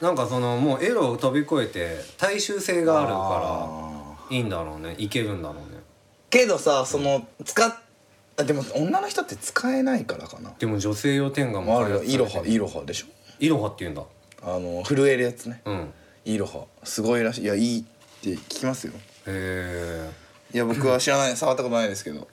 [SPEAKER 4] なんかそのもうエロを飛び越えて大衆性があるからいいんだろうねいけるんだろうね
[SPEAKER 5] けどさその使っあでも女の人って使えないからかな
[SPEAKER 4] でも女性用天下も
[SPEAKER 5] あるよイロハイ
[SPEAKER 4] ロ
[SPEAKER 5] ロハでしょ
[SPEAKER 4] イロハって言うんだ
[SPEAKER 5] あの震えるやつね、
[SPEAKER 4] うんへ
[SPEAKER 5] イロハすごいらしいいやいいって聞きますよ
[SPEAKER 4] え
[SPEAKER 5] いや僕は知らない触ったことないですけど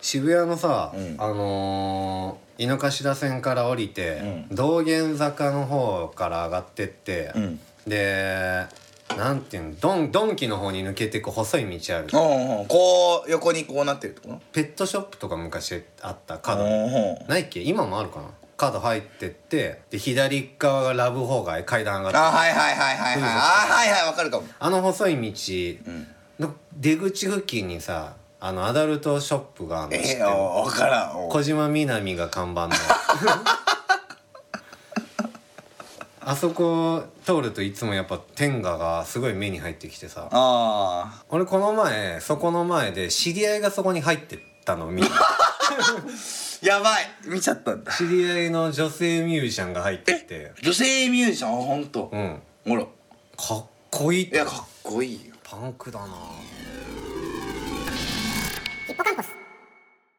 [SPEAKER 4] 渋谷のさ、
[SPEAKER 5] ん
[SPEAKER 4] あのー井の頭線から降りて、
[SPEAKER 5] う
[SPEAKER 4] 道玄坂の方から上がってって、
[SPEAKER 5] うん
[SPEAKER 4] でなんていうのドンドンキの方に抜けてく細い道ある
[SPEAKER 5] うんうんこう横にこうなってるところ
[SPEAKER 4] ペットショップとか昔あった角、
[SPEAKER 5] うん
[SPEAKER 4] ないっけ今もあるかなカード入ってってで左側がラブホー街階段上がって
[SPEAKER 5] あはいはいはいはいはいあはいはいわかるかも
[SPEAKER 4] あの細い道の出口付近にさあのアダルトショップがあるの知って
[SPEAKER 5] ええ
[SPEAKER 4] る
[SPEAKER 5] よわからんお
[SPEAKER 4] 小島みなみが看板のあそこ通るといつもやっぱ天下がすごい目に入ってきてさ
[SPEAKER 5] あ
[SPEAKER 4] 俺この前そこの前で知り合いがそこに入ってったの見た
[SPEAKER 5] ーやばい見ちゃったんだ
[SPEAKER 4] 知り合いの女性ミュージシャンが入ってて
[SPEAKER 5] 女性ミュージシャンあほんと
[SPEAKER 4] うん
[SPEAKER 5] ほらい
[SPEAKER 4] かっこいいって
[SPEAKER 5] やかっこいいよ
[SPEAKER 4] パンクだな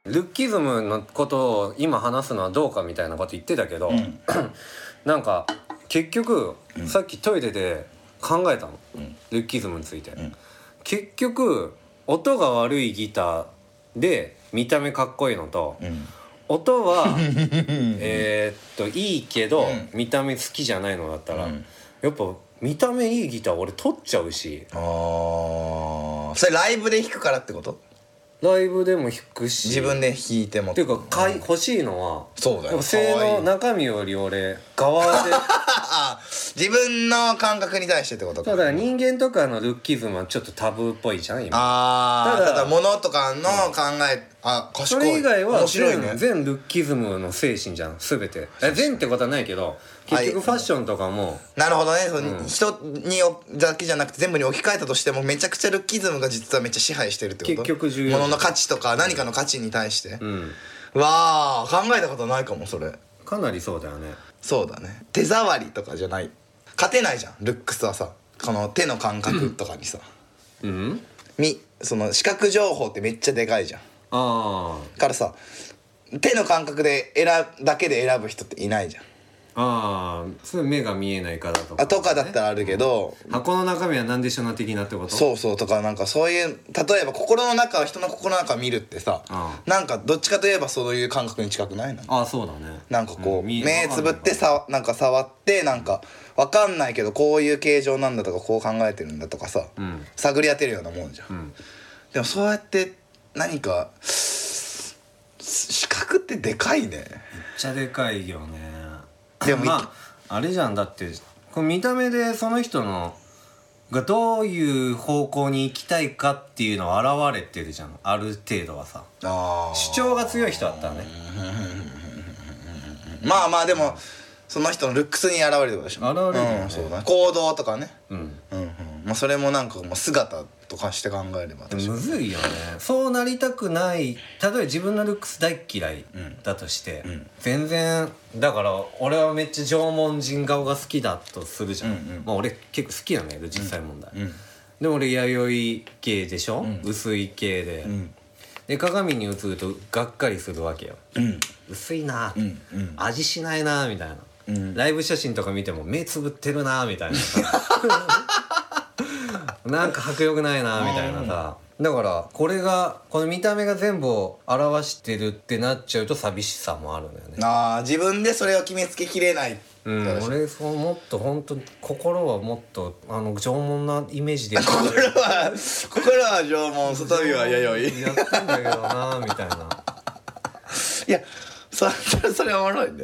[SPEAKER 4] ルッキズムのことを今話すのはどうかみたいなこと言ってたけど、
[SPEAKER 5] ん
[SPEAKER 4] なんか結局、さっきトイレで考えたの、ルッキズムについて、
[SPEAKER 5] ん
[SPEAKER 4] 結局音が悪いギターで見た目かっこいいのと、
[SPEAKER 5] ん
[SPEAKER 4] 音 はえーっといいけど、
[SPEAKER 5] ん
[SPEAKER 4] 見た目好きじゃないのだったら、
[SPEAKER 5] うん
[SPEAKER 4] やっぱ見た目いいギター俺取っちゃうし
[SPEAKER 5] ああそれライブで弾くからってこと
[SPEAKER 4] ライブでも弾くし
[SPEAKER 5] 自分で弾いても
[SPEAKER 4] っていうか買い欲しいのは
[SPEAKER 5] そうだよ
[SPEAKER 4] でも性
[SPEAKER 5] 可愛
[SPEAKER 4] 能
[SPEAKER 5] い
[SPEAKER 4] 中身より俺側 で
[SPEAKER 5] ああ自分の感覚に対してってことか
[SPEAKER 4] ただ人間とかのルッキズムはちょっとタブーっぽいじゃん今
[SPEAKER 5] ああた
[SPEAKER 4] た
[SPEAKER 5] だ
[SPEAKER 4] だ
[SPEAKER 5] 物とかの考え、あ賢
[SPEAKER 4] そ
[SPEAKER 5] い
[SPEAKER 4] れ以外は全
[SPEAKER 5] 面白いね
[SPEAKER 4] 全ルッキズムの精神じゃん全てえ全ってことはないけど
[SPEAKER 5] は
[SPEAKER 4] 結
[SPEAKER 5] い
[SPEAKER 4] 局ファッションとかも
[SPEAKER 5] なるほどねその、人におだけじゃなくて全部に置き換えたとしてもめちゃくちゃルッキズムが実はめっちゃ支配してるってこ
[SPEAKER 4] 結
[SPEAKER 5] と
[SPEAKER 4] 局重要
[SPEAKER 5] 物の価値とか何かの価値に対して、
[SPEAKER 4] うん
[SPEAKER 5] わあ考えたことないかもそれ
[SPEAKER 4] かなりそうだよね
[SPEAKER 5] そうだね手触りとかじゃない勝てないじゃんルックスはさこの手の感覚とかにさ、
[SPEAKER 4] うん
[SPEAKER 5] みその視覚情報ってめっちゃでかいじゃん
[SPEAKER 4] あ
[SPEAKER 5] だからさ手の感覚で選ぶだけで選ぶ人っていないじゃん
[SPEAKER 4] あああそれ目が見えないからとか
[SPEAKER 5] あとかだったらあるけど、
[SPEAKER 4] 箱の中身は何でしょうな的なってこと
[SPEAKER 5] そうそうとかなんかそういう例えば心の中人の心の中見るってさ、
[SPEAKER 4] う
[SPEAKER 5] なんかどっちかといえばそういう感覚に近くないな
[SPEAKER 4] ああそうだね
[SPEAKER 5] なんかこう、
[SPEAKER 4] うん見え
[SPEAKER 5] 目つぶってさなんか触ってなんかわかんないけどこういう形状なんだとかこう考えてるんだとかさ、
[SPEAKER 4] ん
[SPEAKER 5] 探り当てるようなもんじゃん、
[SPEAKER 4] ん
[SPEAKER 5] でもそうやって何か視覚ってでかいね
[SPEAKER 4] めっちゃでかいよね
[SPEAKER 5] で
[SPEAKER 4] で
[SPEAKER 5] も
[SPEAKER 4] もまああれじゃんだってこれ見た目でその人のがどういう方向に行きたいかっていうのは現れてるじゃんある程度はさ
[SPEAKER 5] あ
[SPEAKER 4] 主張が強い人だったらね
[SPEAKER 5] まあまあでもその人のルックスに現れるでしょ
[SPEAKER 4] 現れるよね
[SPEAKER 5] うんそうだね行動とかね
[SPEAKER 4] うん
[SPEAKER 5] うんうんまあそれもなんかもう姿とかして考えれば
[SPEAKER 4] でも
[SPEAKER 5] 確か
[SPEAKER 4] む
[SPEAKER 5] に
[SPEAKER 4] ずいよねそうなりたくない例えば自分のルックス大っ嫌いだとして、全然だから俺はめっちゃ縄文人顔が好きだとするじゃん、
[SPEAKER 5] うんうん
[SPEAKER 4] まあ、俺結構好きなんだけど実際問題、
[SPEAKER 5] ん
[SPEAKER 4] でも俺弥生系でしょ、薄い系で、で鏡に映るとがっかりするわけよ、薄いな、味しないなみたいな、ライブ写真とか見ても目つぶってるなみたいなさなんか迫力ないなみたいなさ、だからこれがこの見た目が全部を表してるってなっちゃうと寂しさもあるんだよね
[SPEAKER 5] ああ自分でそれを決めつけきれない、
[SPEAKER 4] うん、俺そうもっと本当に心はもっとあの縄文なイメージでやっ
[SPEAKER 5] 心は心は縄文外見は弥生い
[SPEAKER 4] やってんだけどなみたいな
[SPEAKER 5] やそそれそれおもろいね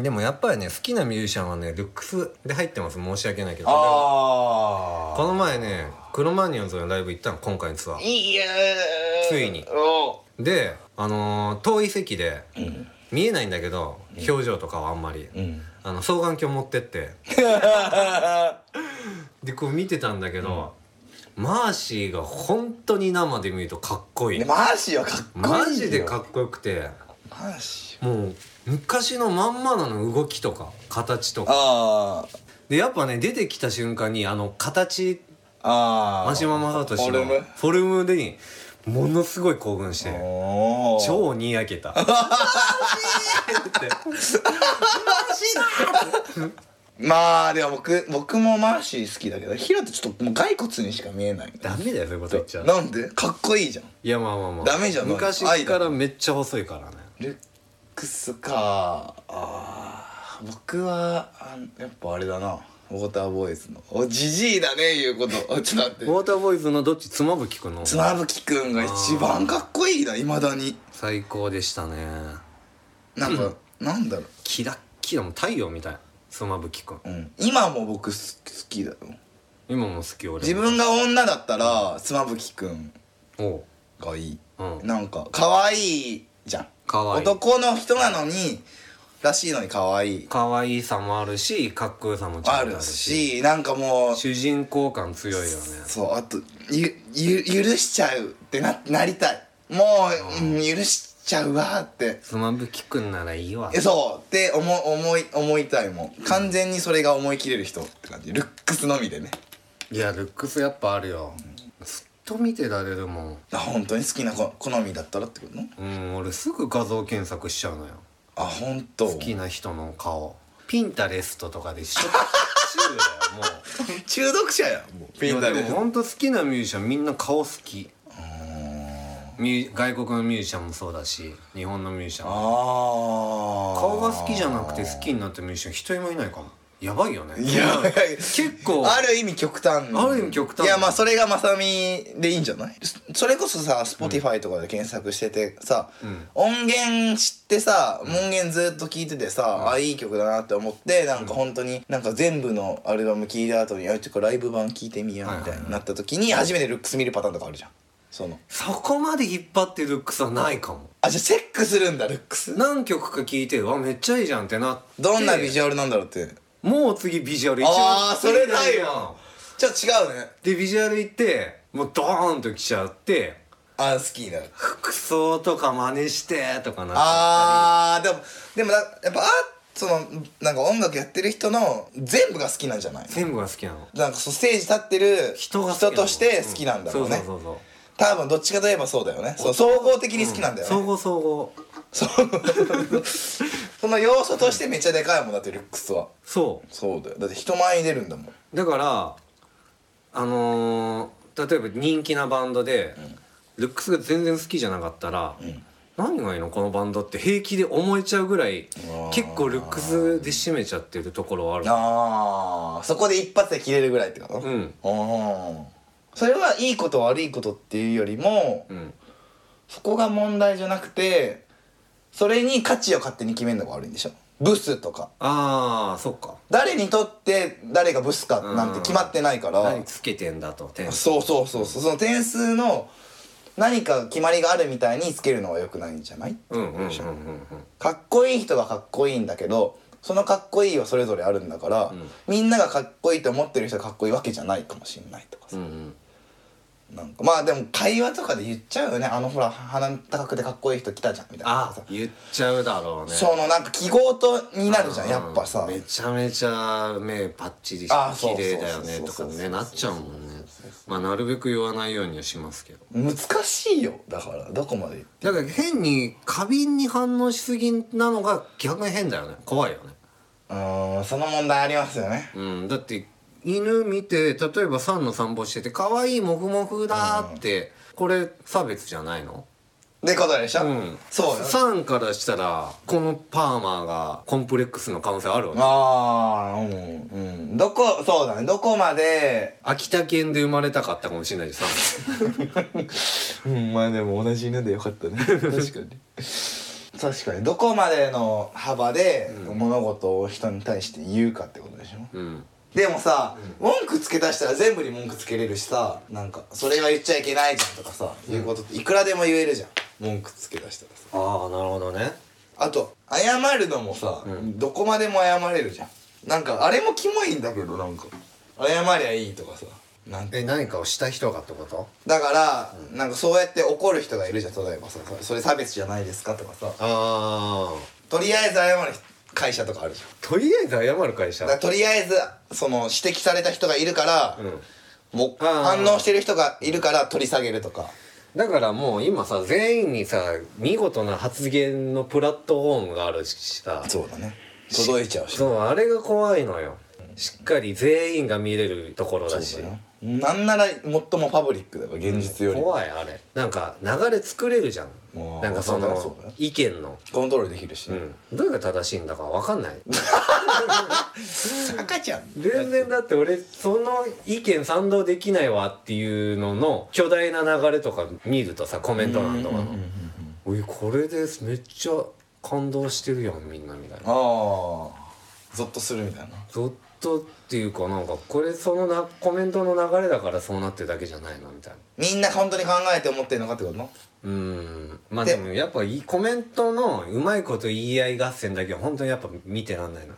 [SPEAKER 4] でもやっぱりね好きなミュージシャンはねルックスで入ってます申し訳ないけど
[SPEAKER 5] あ
[SPEAKER 4] この前ねクロマニオンズのライブ行ったの今回のツア
[SPEAKER 5] あ
[SPEAKER 4] ー
[SPEAKER 5] いや
[SPEAKER 4] ついに
[SPEAKER 5] お
[SPEAKER 4] であのー遠い席で、見えないんだけど表情とかはあんまり、
[SPEAKER 5] ん
[SPEAKER 4] あの双眼鏡持ってって でこう見てたんだけど、マーシーが本当に生で見るとかっこいい、
[SPEAKER 5] ねマーシーはかっこいいよ
[SPEAKER 4] マジでかっこよくて
[SPEAKER 5] マーシー
[SPEAKER 4] もう昔のまんまなの動きとか形とか
[SPEAKER 5] あー
[SPEAKER 4] でやっぱね出てきた瞬間にあの形
[SPEAKER 5] ああ
[SPEAKER 4] 真島正俊
[SPEAKER 5] 俺
[SPEAKER 4] の
[SPEAKER 5] も
[SPEAKER 4] フォルムでものすごい興奮して
[SPEAKER 5] おー
[SPEAKER 4] 超にやけ た マジって
[SPEAKER 5] まあでも僕僕もマーシー好きだけどヒロってちょっともう骸骨にしか見えない
[SPEAKER 4] ダメだよそういうこと言っちゃう
[SPEAKER 5] なんでかっこいいじゃん
[SPEAKER 4] いやまあまあまあ
[SPEAKER 5] ダメじゃない
[SPEAKER 4] 昔からめっちゃ細いからね
[SPEAKER 5] ルックスかあー僕はあやっぱあれだなウォーターボーイズのおじじいだねいうことちょっと
[SPEAKER 4] ウォ
[SPEAKER 5] 待って
[SPEAKER 4] ーターボーイズのどっち妻夫木くんの
[SPEAKER 5] 妻夫木くんが一番かっこいいないまだに
[SPEAKER 4] 最高でしたね
[SPEAKER 5] なんか、なんだろ
[SPEAKER 4] キラッキラもう太陽みたい妻夫木くん
[SPEAKER 5] う、うん、今も僕好き好きだよ
[SPEAKER 4] 今も好き俺も
[SPEAKER 5] 自分が女だったら妻夫木くん
[SPEAKER 4] おう
[SPEAKER 5] がいい、
[SPEAKER 4] うん
[SPEAKER 5] なんか可愛いじゃん
[SPEAKER 4] 可愛い
[SPEAKER 5] 男の人なのにらしいのに可愛い
[SPEAKER 4] 可愛さもあるしかっこよさもちゃん
[SPEAKER 5] あ
[SPEAKER 4] とあ
[SPEAKER 5] る
[SPEAKER 4] るし
[SPEAKER 5] しなんかもう
[SPEAKER 4] 主人公感強いよね
[SPEAKER 5] そうあとゆゆ許しちゃうってななりたいもう、うん許しちゃうわーって
[SPEAKER 4] 妻夫木くんならいいわ
[SPEAKER 5] えそうって思思い思いたいもん完全にそれが思い切れる人って感じルックスのみでね
[SPEAKER 4] いやルックスやっぱあるよずっと見てられるもん
[SPEAKER 5] あ本当に好きなこ好みだったらってこと
[SPEAKER 4] うん俺すぐ画像検索しちゃうのよ
[SPEAKER 5] あ本当
[SPEAKER 4] 好きな人の顔ピンタレストとかで しょ中だよもう
[SPEAKER 5] 中毒者やんもうピンタ
[SPEAKER 4] い
[SPEAKER 5] レ
[SPEAKER 4] やで
[SPEAKER 5] ス
[SPEAKER 4] もほんと好きなミュージシャンみんな顔好きミュー外国のミュージシャンもそうだし日本のミュージシャンも
[SPEAKER 5] ああ
[SPEAKER 4] 顔が好きじゃなくて好きになったミュージシャン一人もいないかもやばいよね
[SPEAKER 5] いやいや
[SPEAKER 4] 結構
[SPEAKER 5] ある意味極端
[SPEAKER 4] ある意味極端
[SPEAKER 5] いやまあそれがまさみでいいんじゃないそそれこそさ Spotify とかで検索しててさ、音源知ってさ音源ずっと聞いててさ、あいい曲だなって思ってなんか本当になんか全部のアルバム聞いた後にあちょっとライブ版聞いてみようみたいになった時に初めてルックス見るパターンとかあるじゃんその
[SPEAKER 4] そこまで引っ張ってるルックスはないかも
[SPEAKER 5] あじゃあチェックするんだルックス
[SPEAKER 4] 何曲か聴いてうわめっちゃいいじゃんってなって
[SPEAKER 5] どんなビジュアルなんだろうって
[SPEAKER 4] もう次ビジュアル一
[SPEAKER 5] あーそれ
[SPEAKER 4] な
[SPEAKER 5] ないいよちょっと違うね
[SPEAKER 4] でビジュアル行ってもうドーンと来ちゃって
[SPEAKER 5] あ好きになる
[SPEAKER 4] 服装とか真似してとかなっちゃっ
[SPEAKER 5] あーでもでもなやっぱあそのなんか音楽やってる人の全部が好きなんじゃない
[SPEAKER 4] たり全部が好きなの
[SPEAKER 5] なんかそうステージ立ってる
[SPEAKER 4] 人が好きなの
[SPEAKER 5] として好きなんだろうね、
[SPEAKER 4] んそうそうそう
[SPEAKER 5] 多分どっちかといえばそうだよねそう総合的に好きなんだ
[SPEAKER 4] そう総
[SPEAKER 5] よね、
[SPEAKER 4] 合総合
[SPEAKER 5] そうその要素としてめっちゃでかいもんだってルックスは
[SPEAKER 4] そ
[SPEAKER 5] そうだよだって人前に出るんだもん
[SPEAKER 4] うだからあのー例えば人気なバンドで、ルックスが全然好きじゃなかったら、何がいいのこのバンドって平気で思えちゃうぐらい結構ルックスで締めちゃってるところはある
[SPEAKER 5] ああそこで一発で切れるぐらいってこと
[SPEAKER 4] う
[SPEAKER 5] あ
[SPEAKER 4] ん
[SPEAKER 5] あそれはいいこと悪いことっていうよりも、
[SPEAKER 4] うん
[SPEAKER 5] そこが問題じゃなくてそれに価値を勝手に決めるのが悪いんでしょブスとか
[SPEAKER 4] ああそっか
[SPEAKER 5] 誰にとって誰がブスかなんて決まってないから
[SPEAKER 4] 何つけてんだと点数
[SPEAKER 5] そうそうそうそうその点数の何か決まりがあるみたいにつけるのは良くないんじゃない
[SPEAKER 4] うんうんうんうん
[SPEAKER 5] かっこいい人がかっこいいんだけどそのかっこいいはそれぞれあるんだから、みんながかっこいいと思ってる人がかっこいいわけじゃないかもしれないとかさ
[SPEAKER 4] うんうん
[SPEAKER 5] なんかまあでも会話とかで言っちゃうよねあのほら鼻高くてかっこいい人来たじゃんみたいな
[SPEAKER 4] あ言っちゃうだろうね
[SPEAKER 5] そのなんか記号とになるじゃんやっぱさ
[SPEAKER 4] めちゃめちゃ目パッチリして
[SPEAKER 5] あそう
[SPEAKER 4] 綺麗だよね
[SPEAKER 5] そう
[SPEAKER 4] と
[SPEAKER 5] そ
[SPEAKER 4] か
[SPEAKER 5] うそう
[SPEAKER 4] ねなっちゃうもんねまあなるべく言わないようにはしますけど
[SPEAKER 5] 難しいよだからどこまで
[SPEAKER 4] だから変に過敏に反応しすぎなのが逆に変だよね怖いよね
[SPEAKER 5] うーんその問題ありますよね
[SPEAKER 4] うんだって犬見て例えばサンの散歩してて可愛いモフモフだーって、これ差別じゃないの
[SPEAKER 5] ってことでしょ、
[SPEAKER 4] うん
[SPEAKER 5] そうよ
[SPEAKER 4] サンからしたらこのパーマーがコンプレックスの可能性あるわね
[SPEAKER 5] ああうんうんどこそうだねどこまで
[SPEAKER 4] 秋田県で生まれたかったかもしれないじゃんサン
[SPEAKER 5] うんまあでも同じ犬でよかったね 確かに確かにどこまでの幅で物事を人に対して言うかってことでしょ、
[SPEAKER 4] うん
[SPEAKER 5] でもさ、文句つけ出したら全部に文句つけれるしさなんかそれは言っちゃいけないじゃんとかさ、いうことっていくらでも言えるじゃん文句つけ出したらさ
[SPEAKER 4] ああなるほどね
[SPEAKER 5] あと謝るのもさ、どこまでも謝れるじゃんなんかあれもキモいんだけどなんか謝りゃいいとかさなんか
[SPEAKER 4] え何かをした人がってこと
[SPEAKER 5] だから、なんかそうやって怒る人がいるじゃん例えばさそれそれ差別じゃないですかとかさ
[SPEAKER 4] ああ
[SPEAKER 5] とりあえず謝る会社とかあるじゃん
[SPEAKER 4] とりあえず謝る会社
[SPEAKER 5] だからとりあえずその指摘された人がいるから、もう
[SPEAKER 4] あ
[SPEAKER 5] 反
[SPEAKER 4] ー
[SPEAKER 5] 応してる人がいるから取り下げるとか
[SPEAKER 4] だからもう今さ全員にさ見事な発言のプラットフォームがあるしさ
[SPEAKER 5] そうだね届いちゃうし
[SPEAKER 4] そうあれが怖いのよしっかり全員が見れるところだし
[SPEAKER 5] だよなんなら最もパブリックだよ現実より
[SPEAKER 4] 怖いあれなんか流れ作れるじゃん
[SPEAKER 5] もう
[SPEAKER 4] なんかそ
[SPEAKER 5] まあそう
[SPEAKER 4] の
[SPEAKER 5] だね
[SPEAKER 4] 意見の
[SPEAKER 5] コントロールできるし
[SPEAKER 4] う
[SPEAKER 5] ね、
[SPEAKER 4] んどれが正しいんだか分かんない
[SPEAKER 5] 赤ちゃん
[SPEAKER 4] 全然だって俺その意見賛同できないわっていうのの巨大な流れとか見るとさコメント欄とかの「おいこれですめっちゃ感動してるやんみんな」みたいな
[SPEAKER 5] ああゾッとするみたいな
[SPEAKER 4] ゾッとっていうかなんかこれそのなコメントの流れだからそうなってるだけじゃないのみたいな
[SPEAKER 5] みんな本当に考えて思ってんのかってことな
[SPEAKER 4] うーんまあ
[SPEAKER 5] で
[SPEAKER 4] でもやっぱいいコメントのうまいこと言い合い合戦だけは本当にやっぱ見てらんないな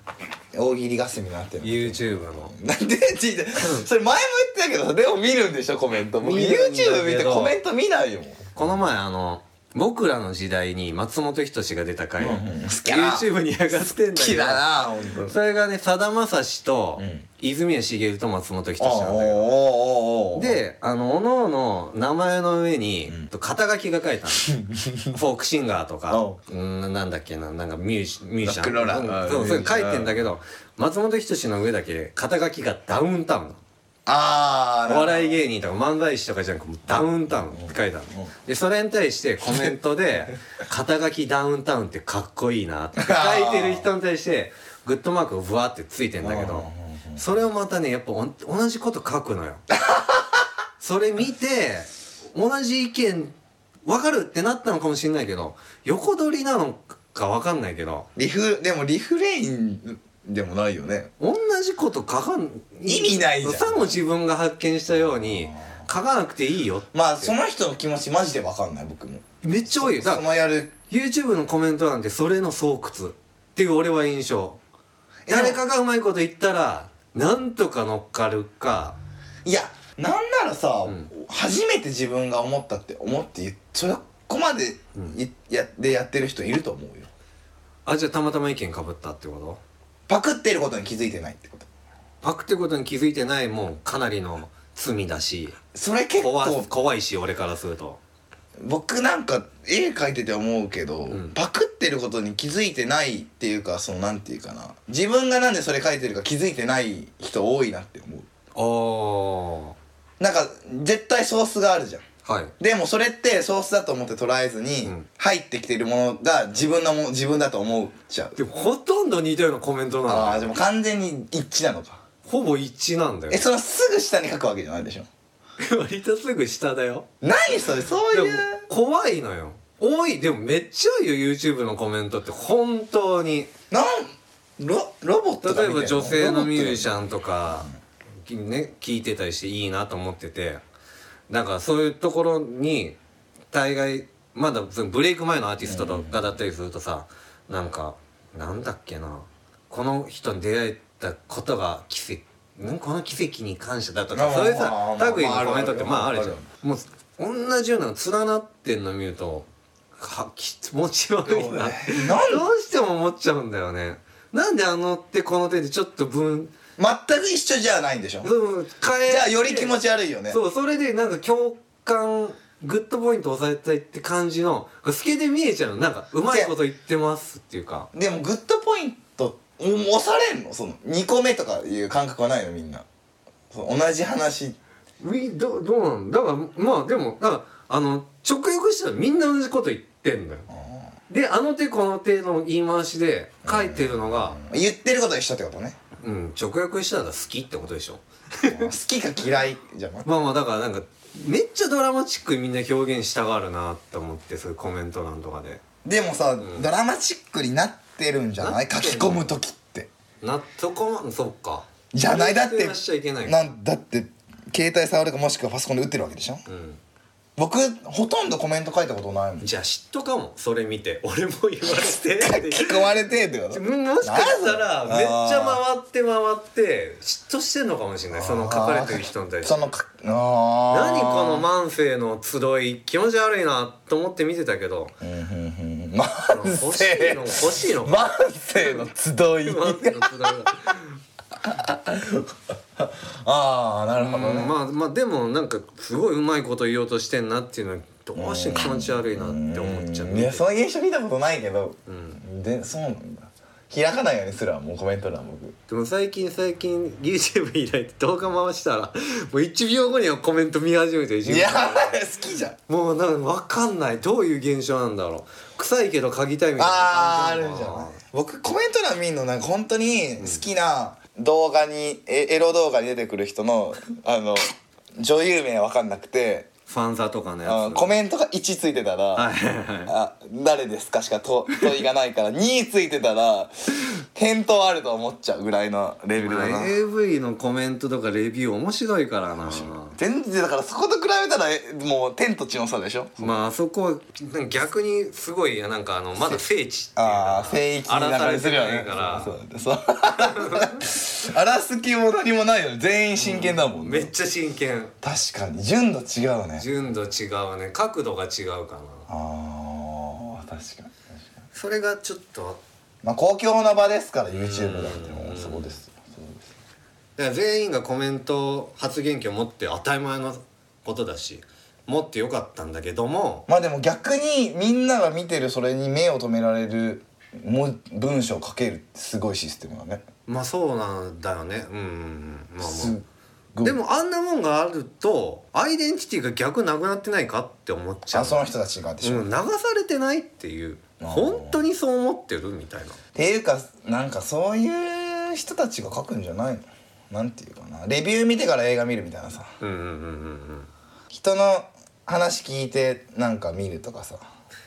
[SPEAKER 5] 大喜利合戦になってる
[SPEAKER 4] YouTube の
[SPEAKER 5] なんでちいてそれ前も言ってたけどでも見るんでしょコメントもう
[SPEAKER 4] 見るんだけど
[SPEAKER 5] YouTube 見てコメント見ないよもう
[SPEAKER 4] この前あの僕らの時代に松本人志が出た回、
[SPEAKER 5] きだな
[SPEAKER 4] YouTube に上がってんだけ
[SPEAKER 5] 気
[SPEAKER 4] ど
[SPEAKER 5] だな本当に
[SPEAKER 4] それがねさだまさしと、泉谷茂と松本人志
[SPEAKER 5] あ
[SPEAKER 4] な
[SPEAKER 5] あ
[SPEAKER 4] んだよ
[SPEAKER 5] おーおーおーおー
[SPEAKER 4] であのおのおの名前の上に、肩書きが書 いたのフォークシンガーとか
[SPEAKER 5] お
[SPEAKER 4] うんなんだっけななんかミュージミュージシャン
[SPEAKER 5] ロックロー
[SPEAKER 4] う
[SPEAKER 5] ラー
[SPEAKER 4] んそう
[SPEAKER 5] うん
[SPEAKER 4] それ書いてんだけど松本人志の上だけ肩書きがダウンタウンなの
[SPEAKER 5] ああ
[SPEAKER 4] お笑い芸人とか漫才師とかじゃなくもうダウンタウンって書いたのでそれに対してコメントで 「肩書きダウンタウンってかっこいい な」って書いてる人に対してグッドマークがブワーってついてんだけどそれをまたねやっぱおん同じこと書くの よそれ見て同じ意見分かるってなったのかもしれないけど横取りなのか分かんないけど
[SPEAKER 5] リフでもリフレインでもないよね
[SPEAKER 4] 同じこと書かん
[SPEAKER 5] 意味ないじゃん
[SPEAKER 4] さも自分が発見したように書かなくていいよって
[SPEAKER 5] まあその人の気持ちマジでわかんない僕も
[SPEAKER 4] めっちゃ多いよだ
[SPEAKER 5] そ
[SPEAKER 4] か
[SPEAKER 5] の
[SPEAKER 4] ら
[SPEAKER 5] やる
[SPEAKER 4] YouTube のコメントなんてそれの巣窟っていう俺は印象
[SPEAKER 5] えでも
[SPEAKER 4] 誰かがうまいこと言ったらなんとか乗っかるか
[SPEAKER 5] いやなんならさ、初めて自分が思ったって思って言っそこまでいやでやってる人いると思うよ
[SPEAKER 4] あじゃあたまたま意見かぶったってこと
[SPEAKER 5] パクってることに気づいてないってこと
[SPEAKER 4] パクってことに気づいてないもんかなりの罪だし
[SPEAKER 5] それ結
[SPEAKER 4] 怖
[SPEAKER 5] 構
[SPEAKER 4] 怖いし俺からすると
[SPEAKER 5] 僕なんか絵描いてて思うけど、パクってることに気づいてないっていうかそのなんていうかな自分がなんでそれ描いてるか気づいてない人多いなって思う
[SPEAKER 4] お
[SPEAKER 5] なんか絶対ソースがあるじゃん
[SPEAKER 4] ーはい
[SPEAKER 5] でもそれってソースだと思って捉えずに、
[SPEAKER 4] ん
[SPEAKER 5] 入ってきてるものが自分のも自分だと思っちゃう
[SPEAKER 4] でもほとんど似たようなコメント
[SPEAKER 5] あ
[SPEAKER 4] な
[SPEAKER 5] あ
[SPEAKER 4] の
[SPEAKER 5] でも完全に一致なのか
[SPEAKER 4] ほぼ一致なんだよ
[SPEAKER 5] えそのすぐ下に書くわけじゃないでしょ
[SPEAKER 4] 割とすぐ下だよ
[SPEAKER 5] 何それそう
[SPEAKER 4] でも
[SPEAKER 5] いう
[SPEAKER 4] 怖いのよ多いでもめっちゃ多いよ YouTube のコメントって本当に
[SPEAKER 5] なんロロボット
[SPEAKER 4] 例えば女性のミュージシ
[SPEAKER 5] ン
[SPEAKER 4] ャンとか、きね、聞いてたりしていいなと思っててなんかそういうところに大概まだそのブレイク前のアーティストとかだったりするとさなんかなんだっけなこの人に出会えたことが奇跡んこの奇跡に感謝だと
[SPEAKER 5] あ
[SPEAKER 4] か
[SPEAKER 5] ー
[SPEAKER 4] そういう
[SPEAKER 5] まあま
[SPEAKER 4] さ
[SPEAKER 5] あ
[SPEAKER 4] 類
[SPEAKER 5] まあ
[SPEAKER 4] のコメントってまあ
[SPEAKER 5] あ
[SPEAKER 4] あ
[SPEAKER 5] る
[SPEAKER 4] る
[SPEAKER 5] あ
[SPEAKER 4] じ
[SPEAKER 5] る
[SPEAKER 4] ゃんもう同じようなの連なってんの見るとは気持ち悪いな
[SPEAKER 5] な
[SPEAKER 4] ど
[SPEAKER 5] ん
[SPEAKER 4] うしても思っちゃうんだよね。なんであの手この手でちょっと分
[SPEAKER 5] 全く一緒じゃないんでしょ
[SPEAKER 4] その変え
[SPEAKER 5] じゃあより気持ち悪いよね
[SPEAKER 4] そうそれでなんか共感グッドポイント押さえたいって感じの透けて見えちゃうのなんかうまいこと言ってますっていうか
[SPEAKER 5] でもグッドポイントうん押されんのその2個目とかいう感覚はないのみんなそう同じ話
[SPEAKER 4] みどどうなんだからまあでもだからあの直訳したらみんな同じこと言ってんだよであの手この手の言い回しで書いてるのが、
[SPEAKER 5] 言ってることは一緒ってこと ね
[SPEAKER 4] うん、直訳したら好きってことでしょ
[SPEAKER 5] 好きか嫌いじゃん
[SPEAKER 4] まあまあだからなんかめっちゃドラマチックにみんな表現したがるなって思ってそういうコメント欄とかで
[SPEAKER 5] でもさ、ドラマチックになってるんじゃない書き込む時って
[SPEAKER 4] なそこまそっか
[SPEAKER 5] じゃないだって
[SPEAKER 4] らっしゃいけないか
[SPEAKER 5] なんだって携帯触るかもしくはパソコンで打ってるわけでしょ、
[SPEAKER 4] ん
[SPEAKER 5] 僕ほとんどコメント書いたことないもん
[SPEAKER 4] じゃあ嫉妬かもそれ見て俺も言わ せてって
[SPEAKER 5] 聞われてってこと
[SPEAKER 4] もしかしたらめっちゃ回って回って嫉妬してんのかもしれないその書かれてる人に対して
[SPEAKER 5] そのかあー
[SPEAKER 4] 何この万世の集い気持ち悪いなと思って見てたけど
[SPEAKER 5] 万
[SPEAKER 4] 欲しいの
[SPEAKER 5] 世
[SPEAKER 4] 欲しい の
[SPEAKER 5] 万世の集い
[SPEAKER 4] 万世の集いが
[SPEAKER 5] ああなるほどね、
[SPEAKER 4] まあまあでもなんかすごいうまいこと言おうとしてんなっていうのはどうして気持ち悪いなって思っちゃう
[SPEAKER 5] いやその現象見たことないけど、でそうなんだ開かないようにすらもうコメント欄僕
[SPEAKER 4] でも最近最近 YouTube 開いて動画回したらもう1秒後にはコメント見始めてる自
[SPEAKER 5] い
[SPEAKER 4] 分
[SPEAKER 5] や好きじゃん
[SPEAKER 4] もうなんか分かんないどういう現象なんだろう臭いけど嗅ぎたいみたいな
[SPEAKER 5] あーあ
[SPEAKER 4] 感
[SPEAKER 5] るん
[SPEAKER 4] な
[SPEAKER 5] じ
[SPEAKER 4] の
[SPEAKER 5] ゃ
[SPEAKER 4] か
[SPEAKER 5] ない僕コメント欄見んのなんか本当に好きな動画に、エエロ動画に出てくる人 のあの女優名わかんなくて
[SPEAKER 4] ファンザとかの
[SPEAKER 5] あ
[SPEAKER 4] や
[SPEAKER 5] の
[SPEAKER 4] つ
[SPEAKER 5] コメントが1ついてたら「
[SPEAKER 4] いはいはい
[SPEAKER 5] あ誰ですか?」しかと問いがないから2ついてたら返答あると思っちゃうぐ らいのレベルだな、
[SPEAKER 4] AV のコメントとかレビュー面白いからな
[SPEAKER 5] 全然だからそこと比べたらえもう天と地の差でしょ
[SPEAKER 4] まああそこはなんか逆にすごいなんかあのまだ聖地っていう
[SPEAKER 5] ああ聖域に
[SPEAKER 4] 荒らさ
[SPEAKER 5] 流
[SPEAKER 4] れ
[SPEAKER 5] れ
[SPEAKER 4] て
[SPEAKER 5] てるよね
[SPEAKER 4] ないから
[SPEAKER 5] そうそうそう 荒らす気も何もないよね全員真剣だもん
[SPEAKER 4] め
[SPEAKER 5] ね、
[SPEAKER 4] っちゃ真剣
[SPEAKER 5] 確かに純度違うね
[SPEAKER 4] 純度違うね角度が違うかな
[SPEAKER 5] ああ確かに確かに
[SPEAKER 4] それがちょっと
[SPEAKER 5] まあ公共の場ですから YouTube だってもうそうですよそうですよ
[SPEAKER 4] だから全員がコメント発言権を持って当たり前のことだし持ってよかったんだけども
[SPEAKER 5] まあでも逆にみんなが見てるそれに目を留められるもう文章を書けるってすごいシステムだね
[SPEAKER 4] まあそうなんだよねうんうんうんまあ
[SPEAKER 5] すっ
[SPEAKER 4] ま
[SPEAKER 5] ご
[SPEAKER 4] あ
[SPEAKER 5] い
[SPEAKER 4] でもあんなもんがあるとアイデンティティが逆なくなってないかって思っちゃ
[SPEAKER 5] あ
[SPEAKER 4] う
[SPEAKER 5] その人たちがでしょ、
[SPEAKER 4] うん、流されてないっていう本当にそう思ってるみたいな
[SPEAKER 5] っていうかなんかそういう人たちが書くんじゃないのなんていうかなレビュー見てから映画見るみたいなさ
[SPEAKER 4] うんうんうんうんうん
[SPEAKER 5] 人の話聞いてなんか見るとかさ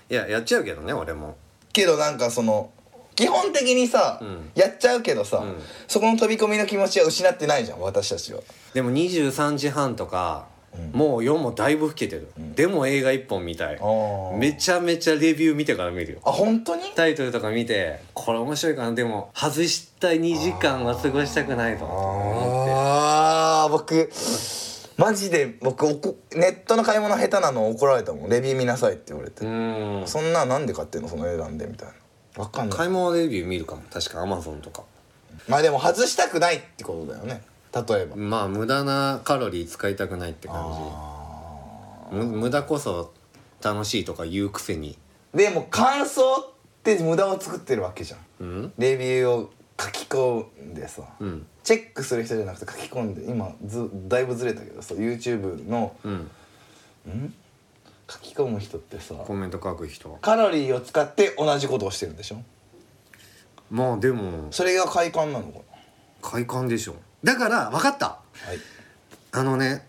[SPEAKER 4] いややっちゃうけどね俺も
[SPEAKER 5] けどなんかその基本的にさ、
[SPEAKER 4] ん
[SPEAKER 5] やっちゃうけどさ、
[SPEAKER 4] ん
[SPEAKER 5] そこの飛び込みの気持ちは失ってないじゃん私たちは
[SPEAKER 4] でも23時半とか、もう夜もだいぶ更けてる、でも映画一本見たい
[SPEAKER 5] あー
[SPEAKER 4] めちゃめちゃレビュー見てから見るよ
[SPEAKER 5] あ本当に
[SPEAKER 4] タイトルとか見てこれ面白いかなでも外したい2時間は過ごしたくないと思っ
[SPEAKER 5] ああ僕マジで僕おこネットの買い物下手なの怒られたもんレビュー見なさいって言われて、
[SPEAKER 4] てうん
[SPEAKER 5] そんななんで買ってんのその値段でみたいなわかんない
[SPEAKER 4] 買い物レビュー見るかも確かアマゾンとか
[SPEAKER 5] まあでも外したくないってことだよね例えば
[SPEAKER 4] まあ無駄なカロリー使いたくないって感じむ無駄こそ楽しいとか言うくせに
[SPEAKER 5] でも感想って無駄を作ってるわけじゃん、
[SPEAKER 4] うん
[SPEAKER 5] レビューを書き込んでさ、
[SPEAKER 4] ん
[SPEAKER 5] チェックする人じゃなくて書き込んで今ずだいぶずれたけどさ YouTube の
[SPEAKER 4] うん
[SPEAKER 5] 書き込む人ってさ
[SPEAKER 4] コメント書く人
[SPEAKER 5] カロリーを使って同じことをしてるんでしょ
[SPEAKER 4] まあでも
[SPEAKER 5] それが快感なのか
[SPEAKER 4] 快感でしょだから分かった
[SPEAKER 5] なはい
[SPEAKER 4] あのね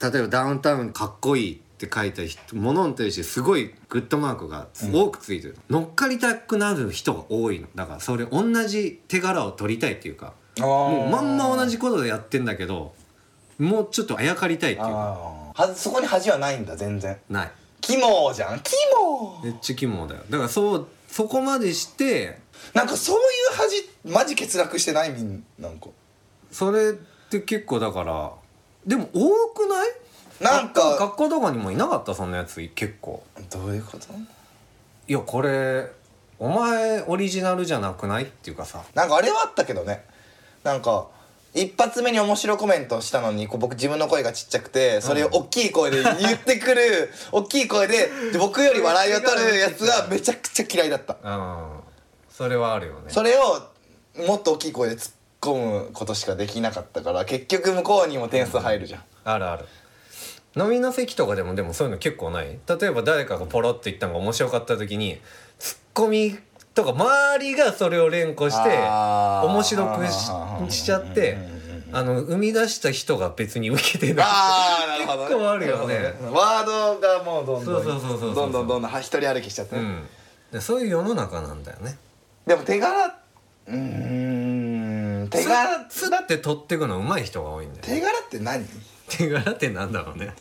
[SPEAKER 4] 例えばダウンタウンかっこいいって書いた人ものに対してすごいグッドマークが多くついてる、乗っかりたくなる人が多いのだからそれ同じ手柄を取りたいっていうか
[SPEAKER 5] あ
[SPEAKER 4] もうまんま
[SPEAKER 5] 同
[SPEAKER 4] 同じことでやってんだけどもうちょっとあやかりたいっていうか
[SPEAKER 5] あーはそこに恥はないんだ全然
[SPEAKER 4] ない
[SPEAKER 5] キモじゃんキモ
[SPEAKER 4] めっちゃ肝だよだからそうそこまでして
[SPEAKER 5] なんかそういう恥マジ欠落してないみんななんか
[SPEAKER 4] それって結構だからでも多くない
[SPEAKER 5] なんか
[SPEAKER 4] 学校とかにもいなかったそんなやつ結構
[SPEAKER 5] どういうこと
[SPEAKER 4] いやこれお前オリジナルじゃなくないっていうかさ
[SPEAKER 5] なんかあれはあったけどねなんか一発目に面白コメントをしたのにこう僕自分の声がちっちゃくてそれを大きい声で言って くる大きい声でで僕より笑いを取るやつがめちゃくちゃ嫌いだった
[SPEAKER 4] うんそれはあるよね
[SPEAKER 5] それをもっと大きい声で突っ込むことしかできなかったから結局向こうにも点数入るじゃん
[SPEAKER 4] あるある飲みの席とかでもでもそういうの結構ない例えば誰かがポロッと言ったのが面白かった時にツッコミとか周りがそれを連呼して
[SPEAKER 5] あー
[SPEAKER 4] 面白くししちゃってあの生み出した人が別に受けてない
[SPEAKER 5] ああなるほど、
[SPEAKER 4] 結構あるよね
[SPEAKER 5] ワードがもうどんどん
[SPEAKER 4] そうそうそうそう
[SPEAKER 5] どんどんどんどんは一人歩きしちゃって
[SPEAKER 4] う
[SPEAKER 5] ね、
[SPEAKER 4] ん、でそういう世の中なんだよね
[SPEAKER 5] でも手柄うーん手
[SPEAKER 4] 手
[SPEAKER 5] 柄
[SPEAKER 4] 柄つだって取ってくの上手い人が多いんだよ
[SPEAKER 5] 手柄って何
[SPEAKER 4] 手柄ってなんだろうね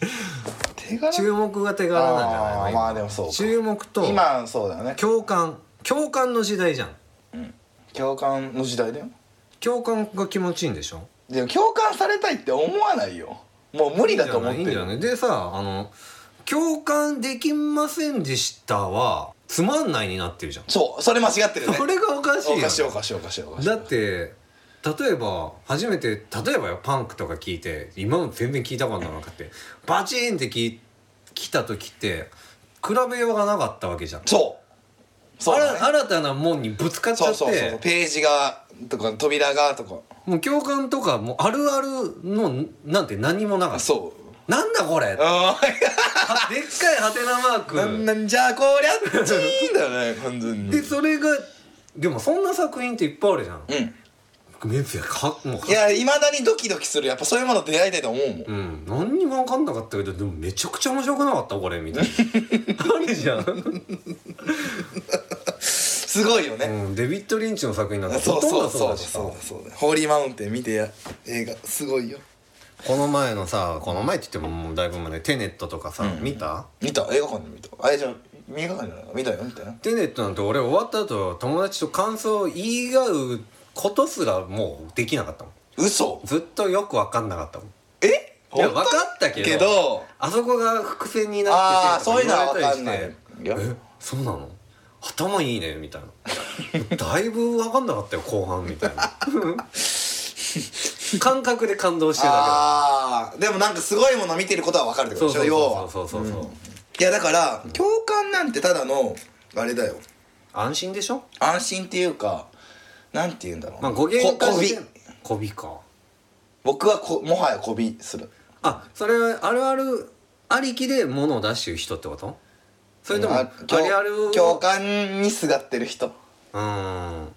[SPEAKER 5] 手柄
[SPEAKER 4] 注目が手柄なんじゃない
[SPEAKER 5] あーまあでもそうか
[SPEAKER 4] 注目と
[SPEAKER 5] 今そうだよね
[SPEAKER 4] 共感共感の時代じゃん
[SPEAKER 5] 共感の時代だよ
[SPEAKER 4] 共感が気持ちいいんでしょ
[SPEAKER 5] でも共感されたいって思わないよもう無理だと思って
[SPEAKER 4] いいん
[SPEAKER 5] る
[SPEAKER 4] じゃないいいんじゃないでさあの「共感できませんでした」は「つまんない」になってるじゃん
[SPEAKER 5] そう それ間違ってるね
[SPEAKER 4] それがおかしいよ
[SPEAKER 5] お
[SPEAKER 4] ね
[SPEAKER 5] かしいおかしいおかしいおかしい
[SPEAKER 4] だって例えば初めて例えばよパンクとか聞いて今も全然聞いたことなかったバチーンって聞い来た時って比べようがなかったわけじゃん、
[SPEAKER 5] そうそうだね
[SPEAKER 4] 新新たなもんにぶつかっちゃ
[SPEAKER 5] そう
[SPEAKER 4] って
[SPEAKER 5] そうそうページがとか扉がとか
[SPEAKER 4] もう共感とかもうあるあるのなんて何もなかった
[SPEAKER 5] そう
[SPEAKER 4] なんだ これは
[SPEAKER 5] う
[SPEAKER 4] でっかいハテナマーク
[SPEAKER 5] んなんなんじゃこりゃっ ちーんだよね完全に
[SPEAKER 4] でそれがでもそんな作品っていっぱいあるじゃん
[SPEAKER 5] うん
[SPEAKER 4] めっちゃかもうか
[SPEAKER 5] いやいまだにドキドキするやっぱそういうもの出会いたいと思うもん
[SPEAKER 4] うん何にも分かんなかったけどでもめちゃくちゃ面白くなかったこれみたい なあるじ ゃん、
[SPEAKER 5] すごいよね、
[SPEAKER 4] うん、デビッド・リンチの作品なんか
[SPEAKER 5] そ
[SPEAKER 4] ほ
[SPEAKER 5] う
[SPEAKER 4] とん
[SPEAKER 5] そう
[SPEAKER 4] どそう
[SPEAKER 5] そう
[SPEAKER 4] だしさ
[SPEAKER 5] そうそうだホーリーマウンテン見てや映画すごいよ
[SPEAKER 4] この前のさこの前って言ってももうだいぶ前でテネットとかさ、見た
[SPEAKER 5] 見た映画館で見たあれじゃあ映画館じゃない見たよ見たよ
[SPEAKER 4] テネットなんて俺終わった後友達と感想を言い合うことすらもうできなかったもん
[SPEAKER 5] 嘘
[SPEAKER 4] ずっとよく分かんなかったもん
[SPEAKER 5] え
[SPEAKER 4] いや
[SPEAKER 5] 本
[SPEAKER 4] 分
[SPEAKER 5] 当
[SPEAKER 4] かったけど
[SPEAKER 5] けど
[SPEAKER 4] あそこが伏線にな
[SPEAKER 5] あ
[SPEAKER 4] っ
[SPEAKER 5] あ
[SPEAKER 4] てて
[SPEAKER 5] そういうのは
[SPEAKER 4] 言
[SPEAKER 5] 分
[SPEAKER 4] わ
[SPEAKER 5] か
[SPEAKER 4] れ
[SPEAKER 5] ん
[SPEAKER 4] た
[SPEAKER 5] な
[SPEAKER 4] り
[SPEAKER 5] い
[SPEAKER 4] して
[SPEAKER 5] よ
[SPEAKER 4] えそうなの頭いいねみたいな だいぶ分かんなかったよ後半みたいな 感覚で感動してるだ
[SPEAKER 5] ああでもなんかすごいもの見てることは分かるって
[SPEAKER 4] け
[SPEAKER 5] こと
[SPEAKER 4] そう
[SPEAKER 5] でし
[SPEAKER 4] そ
[SPEAKER 5] ょ
[SPEAKER 4] う
[SPEAKER 5] 要は
[SPEAKER 4] そうそうそうそう、
[SPEAKER 5] いやだから共感なんてただのあれだよ
[SPEAKER 4] 安心でしょ
[SPEAKER 5] 安心っていうかなんて言うんだろう
[SPEAKER 4] まあ語源
[SPEAKER 5] こ
[SPEAKER 4] 化
[SPEAKER 5] こ
[SPEAKER 4] し
[SPEAKER 5] び
[SPEAKER 4] てこびか
[SPEAKER 5] 僕はこもはやこびする
[SPEAKER 4] あそれはあるあるありきで物を出してる人ってことそれともあ
[SPEAKER 5] あ共
[SPEAKER 4] るあるを
[SPEAKER 5] 共感にすがってる人
[SPEAKER 4] うん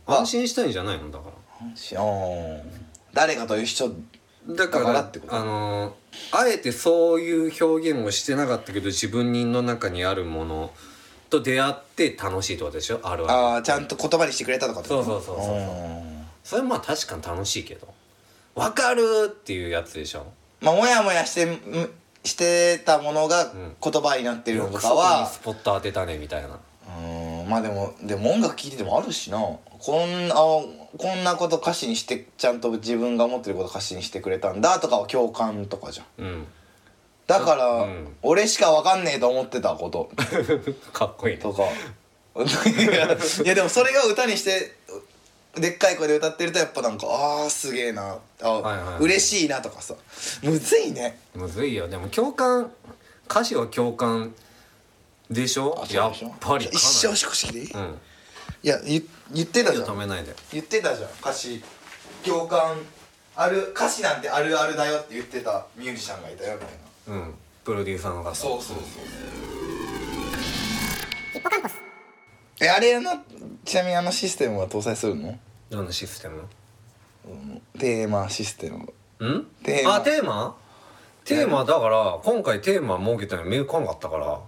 [SPEAKER 4] 安心したいんじゃないのだから
[SPEAKER 5] しょ誰かという人
[SPEAKER 4] だから
[SPEAKER 5] だからってこと
[SPEAKER 4] あのーあえてそういう表現をしてなかったけど自分の中にあるものと出会って楽しいってことでしょあるある
[SPEAKER 5] ああちゃんと言葉にしてくれたとかってこと
[SPEAKER 4] そうそうそうそう
[SPEAKER 5] うん
[SPEAKER 4] それはまあ確かに楽しいけど分かるっていうやつでしょ
[SPEAKER 5] まあもやもやしてんしてたものが
[SPEAKER 4] ん
[SPEAKER 5] 言葉になってるのとか
[SPEAKER 4] よくそこに
[SPEAKER 5] は
[SPEAKER 4] スポット当てたねみたいな
[SPEAKER 5] うんまあでもでも音楽聴いててもあるしなこんなこんなこと歌詞にしてちゃんと自分が思ってること歌詞にしてくれたんだとかは共感とかじゃん
[SPEAKER 4] うん
[SPEAKER 5] だから、
[SPEAKER 4] うん
[SPEAKER 5] 俺しかわかんねえと思ってたこと
[SPEAKER 4] かっこいいね
[SPEAKER 5] とかいやいやでもそれが歌にしてでっかい声で歌ってるとやっぱなんかああすげえなあ、
[SPEAKER 4] はいはいはい
[SPEAKER 5] 嬉しいなとかさむずいね
[SPEAKER 4] むずいよでも共感歌詞は共感でしょ
[SPEAKER 5] あそ
[SPEAKER 4] や
[SPEAKER 5] う
[SPEAKER 4] っ
[SPEAKER 5] でしょ
[SPEAKER 4] ぱりかなり
[SPEAKER 5] 一生しこしきでいい、
[SPEAKER 4] うん
[SPEAKER 5] いや言言ってたじゃ
[SPEAKER 4] 止
[SPEAKER 5] ん
[SPEAKER 4] めないで
[SPEAKER 5] 言ってたじゃん歌詞共感ある歌詞なんてあるあるだよって言ってたミュージシャンがいたよみたいな
[SPEAKER 4] うんプロデューサーの方
[SPEAKER 5] そうそうそう
[SPEAKER 2] ヒッポカンポス
[SPEAKER 5] えあれのちなみにあのシステムは搭載するの
[SPEAKER 4] どんなシステム
[SPEAKER 5] テーマシステム
[SPEAKER 4] ん
[SPEAKER 5] テーマ
[SPEAKER 4] あテーマテーマだから今回テーマ設けたの見えかんかったから、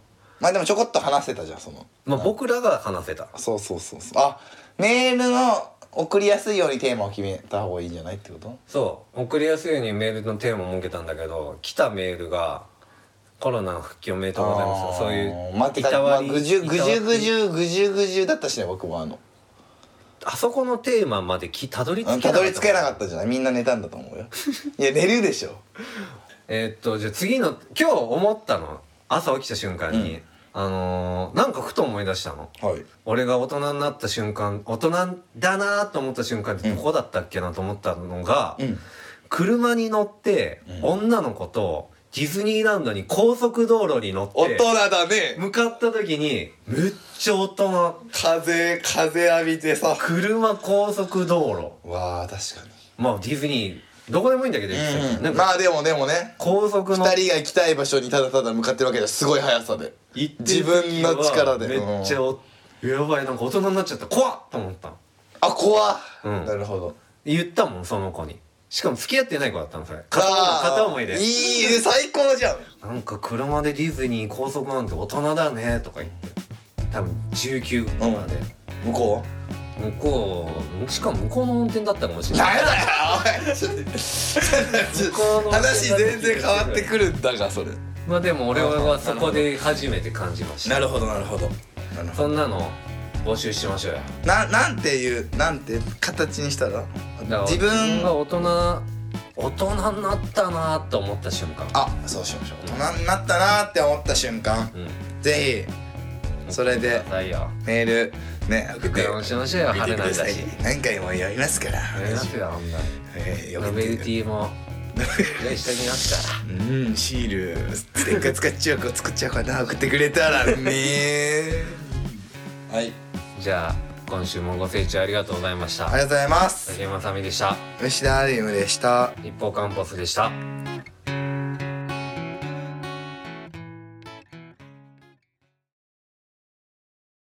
[SPEAKER 5] まあでもちょこっと話せたじゃんその
[SPEAKER 4] まあ、僕らが話せた
[SPEAKER 5] そうそうそうそうあメールの送りやすいようにテーマを決めた方がいいんじゃないってこと
[SPEAKER 4] そう送りやすいようにメールのテーマ設けたんだけど来たメールが「コロナ復帰おめでとうございます」そういう
[SPEAKER 5] まあ、てか
[SPEAKER 4] いた
[SPEAKER 5] ま
[SPEAKER 4] わ
[SPEAKER 5] あ、
[SPEAKER 4] り
[SPEAKER 5] ぐじゅぐじ
[SPEAKER 4] い
[SPEAKER 5] ゅぐじ
[SPEAKER 4] たわり
[SPEAKER 5] ゅぐじゅぐじゅだったしね僕もあの
[SPEAKER 4] あそこのテーマまできたどり着け
[SPEAKER 5] う
[SPEAKER 4] なんかった
[SPEAKER 5] どり着けなかったじゃないみんな寝たんだ と思うよいや寝るでしょ
[SPEAKER 4] えーっとじゃあ次の今日思ったの朝起きた瞬間に、あのーなんかふと思い出したの
[SPEAKER 5] はい
[SPEAKER 4] 俺が大人になった瞬間大人だなと思った瞬間ってどこだったっけなと思ったのが、
[SPEAKER 5] うん
[SPEAKER 4] 車に乗って、女の子とディズニーランドに高速道路に乗っ
[SPEAKER 5] 大
[SPEAKER 4] て
[SPEAKER 5] 人だね
[SPEAKER 4] 向かった時にめっちゃ大人
[SPEAKER 5] 風風浴びてさ
[SPEAKER 4] 車高速道
[SPEAKER 5] わあ確か
[SPEAKER 4] 路まあディズニーどこでもいいんだけど、
[SPEAKER 5] に、
[SPEAKER 4] でも
[SPEAKER 5] まあでもでもね
[SPEAKER 4] 高速
[SPEAKER 5] 二人
[SPEAKER 4] の
[SPEAKER 5] が行きたい場所にただただ向かってるわけですすごい速さで
[SPEAKER 4] 行ってる
[SPEAKER 5] 自分の力で
[SPEAKER 4] 時はめっちゃおやばいなんか大人になっちゃった怖っと思った
[SPEAKER 5] あ怖っ、
[SPEAKER 4] うん
[SPEAKER 5] なるほど
[SPEAKER 4] 言ったもんその子にしかも付き合ってない子だったのそれ片思い片思い
[SPEAKER 5] あ
[SPEAKER 4] で
[SPEAKER 5] ーいいね最高じゃん
[SPEAKER 4] なんか車でディズニー高速なんて大人だねとか言って多分19とかで、
[SPEAKER 5] 向こ
[SPEAKER 4] 向こうしかも向こうの運転だったかもし
[SPEAKER 5] う
[SPEAKER 4] れない
[SPEAKER 5] やだよおいちょっとちょっと話全然変わってくるんだがそれ
[SPEAKER 4] まあでも俺はそこで初めて感じました
[SPEAKER 5] るほどなるほどなるほ
[SPEAKER 4] そんなの募集しましょうよ
[SPEAKER 5] どななんていうなんて形にしたら
[SPEAKER 4] だから
[SPEAKER 5] 自分
[SPEAKER 4] が大人大人になったなと思った瞬間
[SPEAKER 5] あそうしましょう大人になったなって思った瞬間
[SPEAKER 4] うん
[SPEAKER 5] ぜひそれ
[SPEAKER 4] く
[SPEAKER 5] で
[SPEAKER 4] ださいよ
[SPEAKER 5] メールね送って
[SPEAKER 4] 電話しましょうよ
[SPEAKER 5] 見
[SPEAKER 4] 春
[SPEAKER 5] てく
[SPEAKER 4] なん
[SPEAKER 5] だ
[SPEAKER 4] だ
[SPEAKER 5] さい
[SPEAKER 4] し
[SPEAKER 5] 何回も読みますから
[SPEAKER 4] やりますよほんと
[SPEAKER 5] えー
[SPEAKER 4] ノ
[SPEAKER 5] 読
[SPEAKER 4] ベル
[SPEAKER 5] め
[SPEAKER 4] テ
[SPEAKER 5] て
[SPEAKER 4] ィも用意してきますから
[SPEAKER 5] うんシールステッカー使っちゃうか作っちゃうかな送ってくれたらね はい
[SPEAKER 4] じゃあ今週もご清聴ありがとうございまし
[SPEAKER 5] あ
[SPEAKER 4] た
[SPEAKER 5] りがとうございます
[SPEAKER 4] 竹山さみでした
[SPEAKER 5] 吉田アリウムでした
[SPEAKER 4] 一方カンパスでした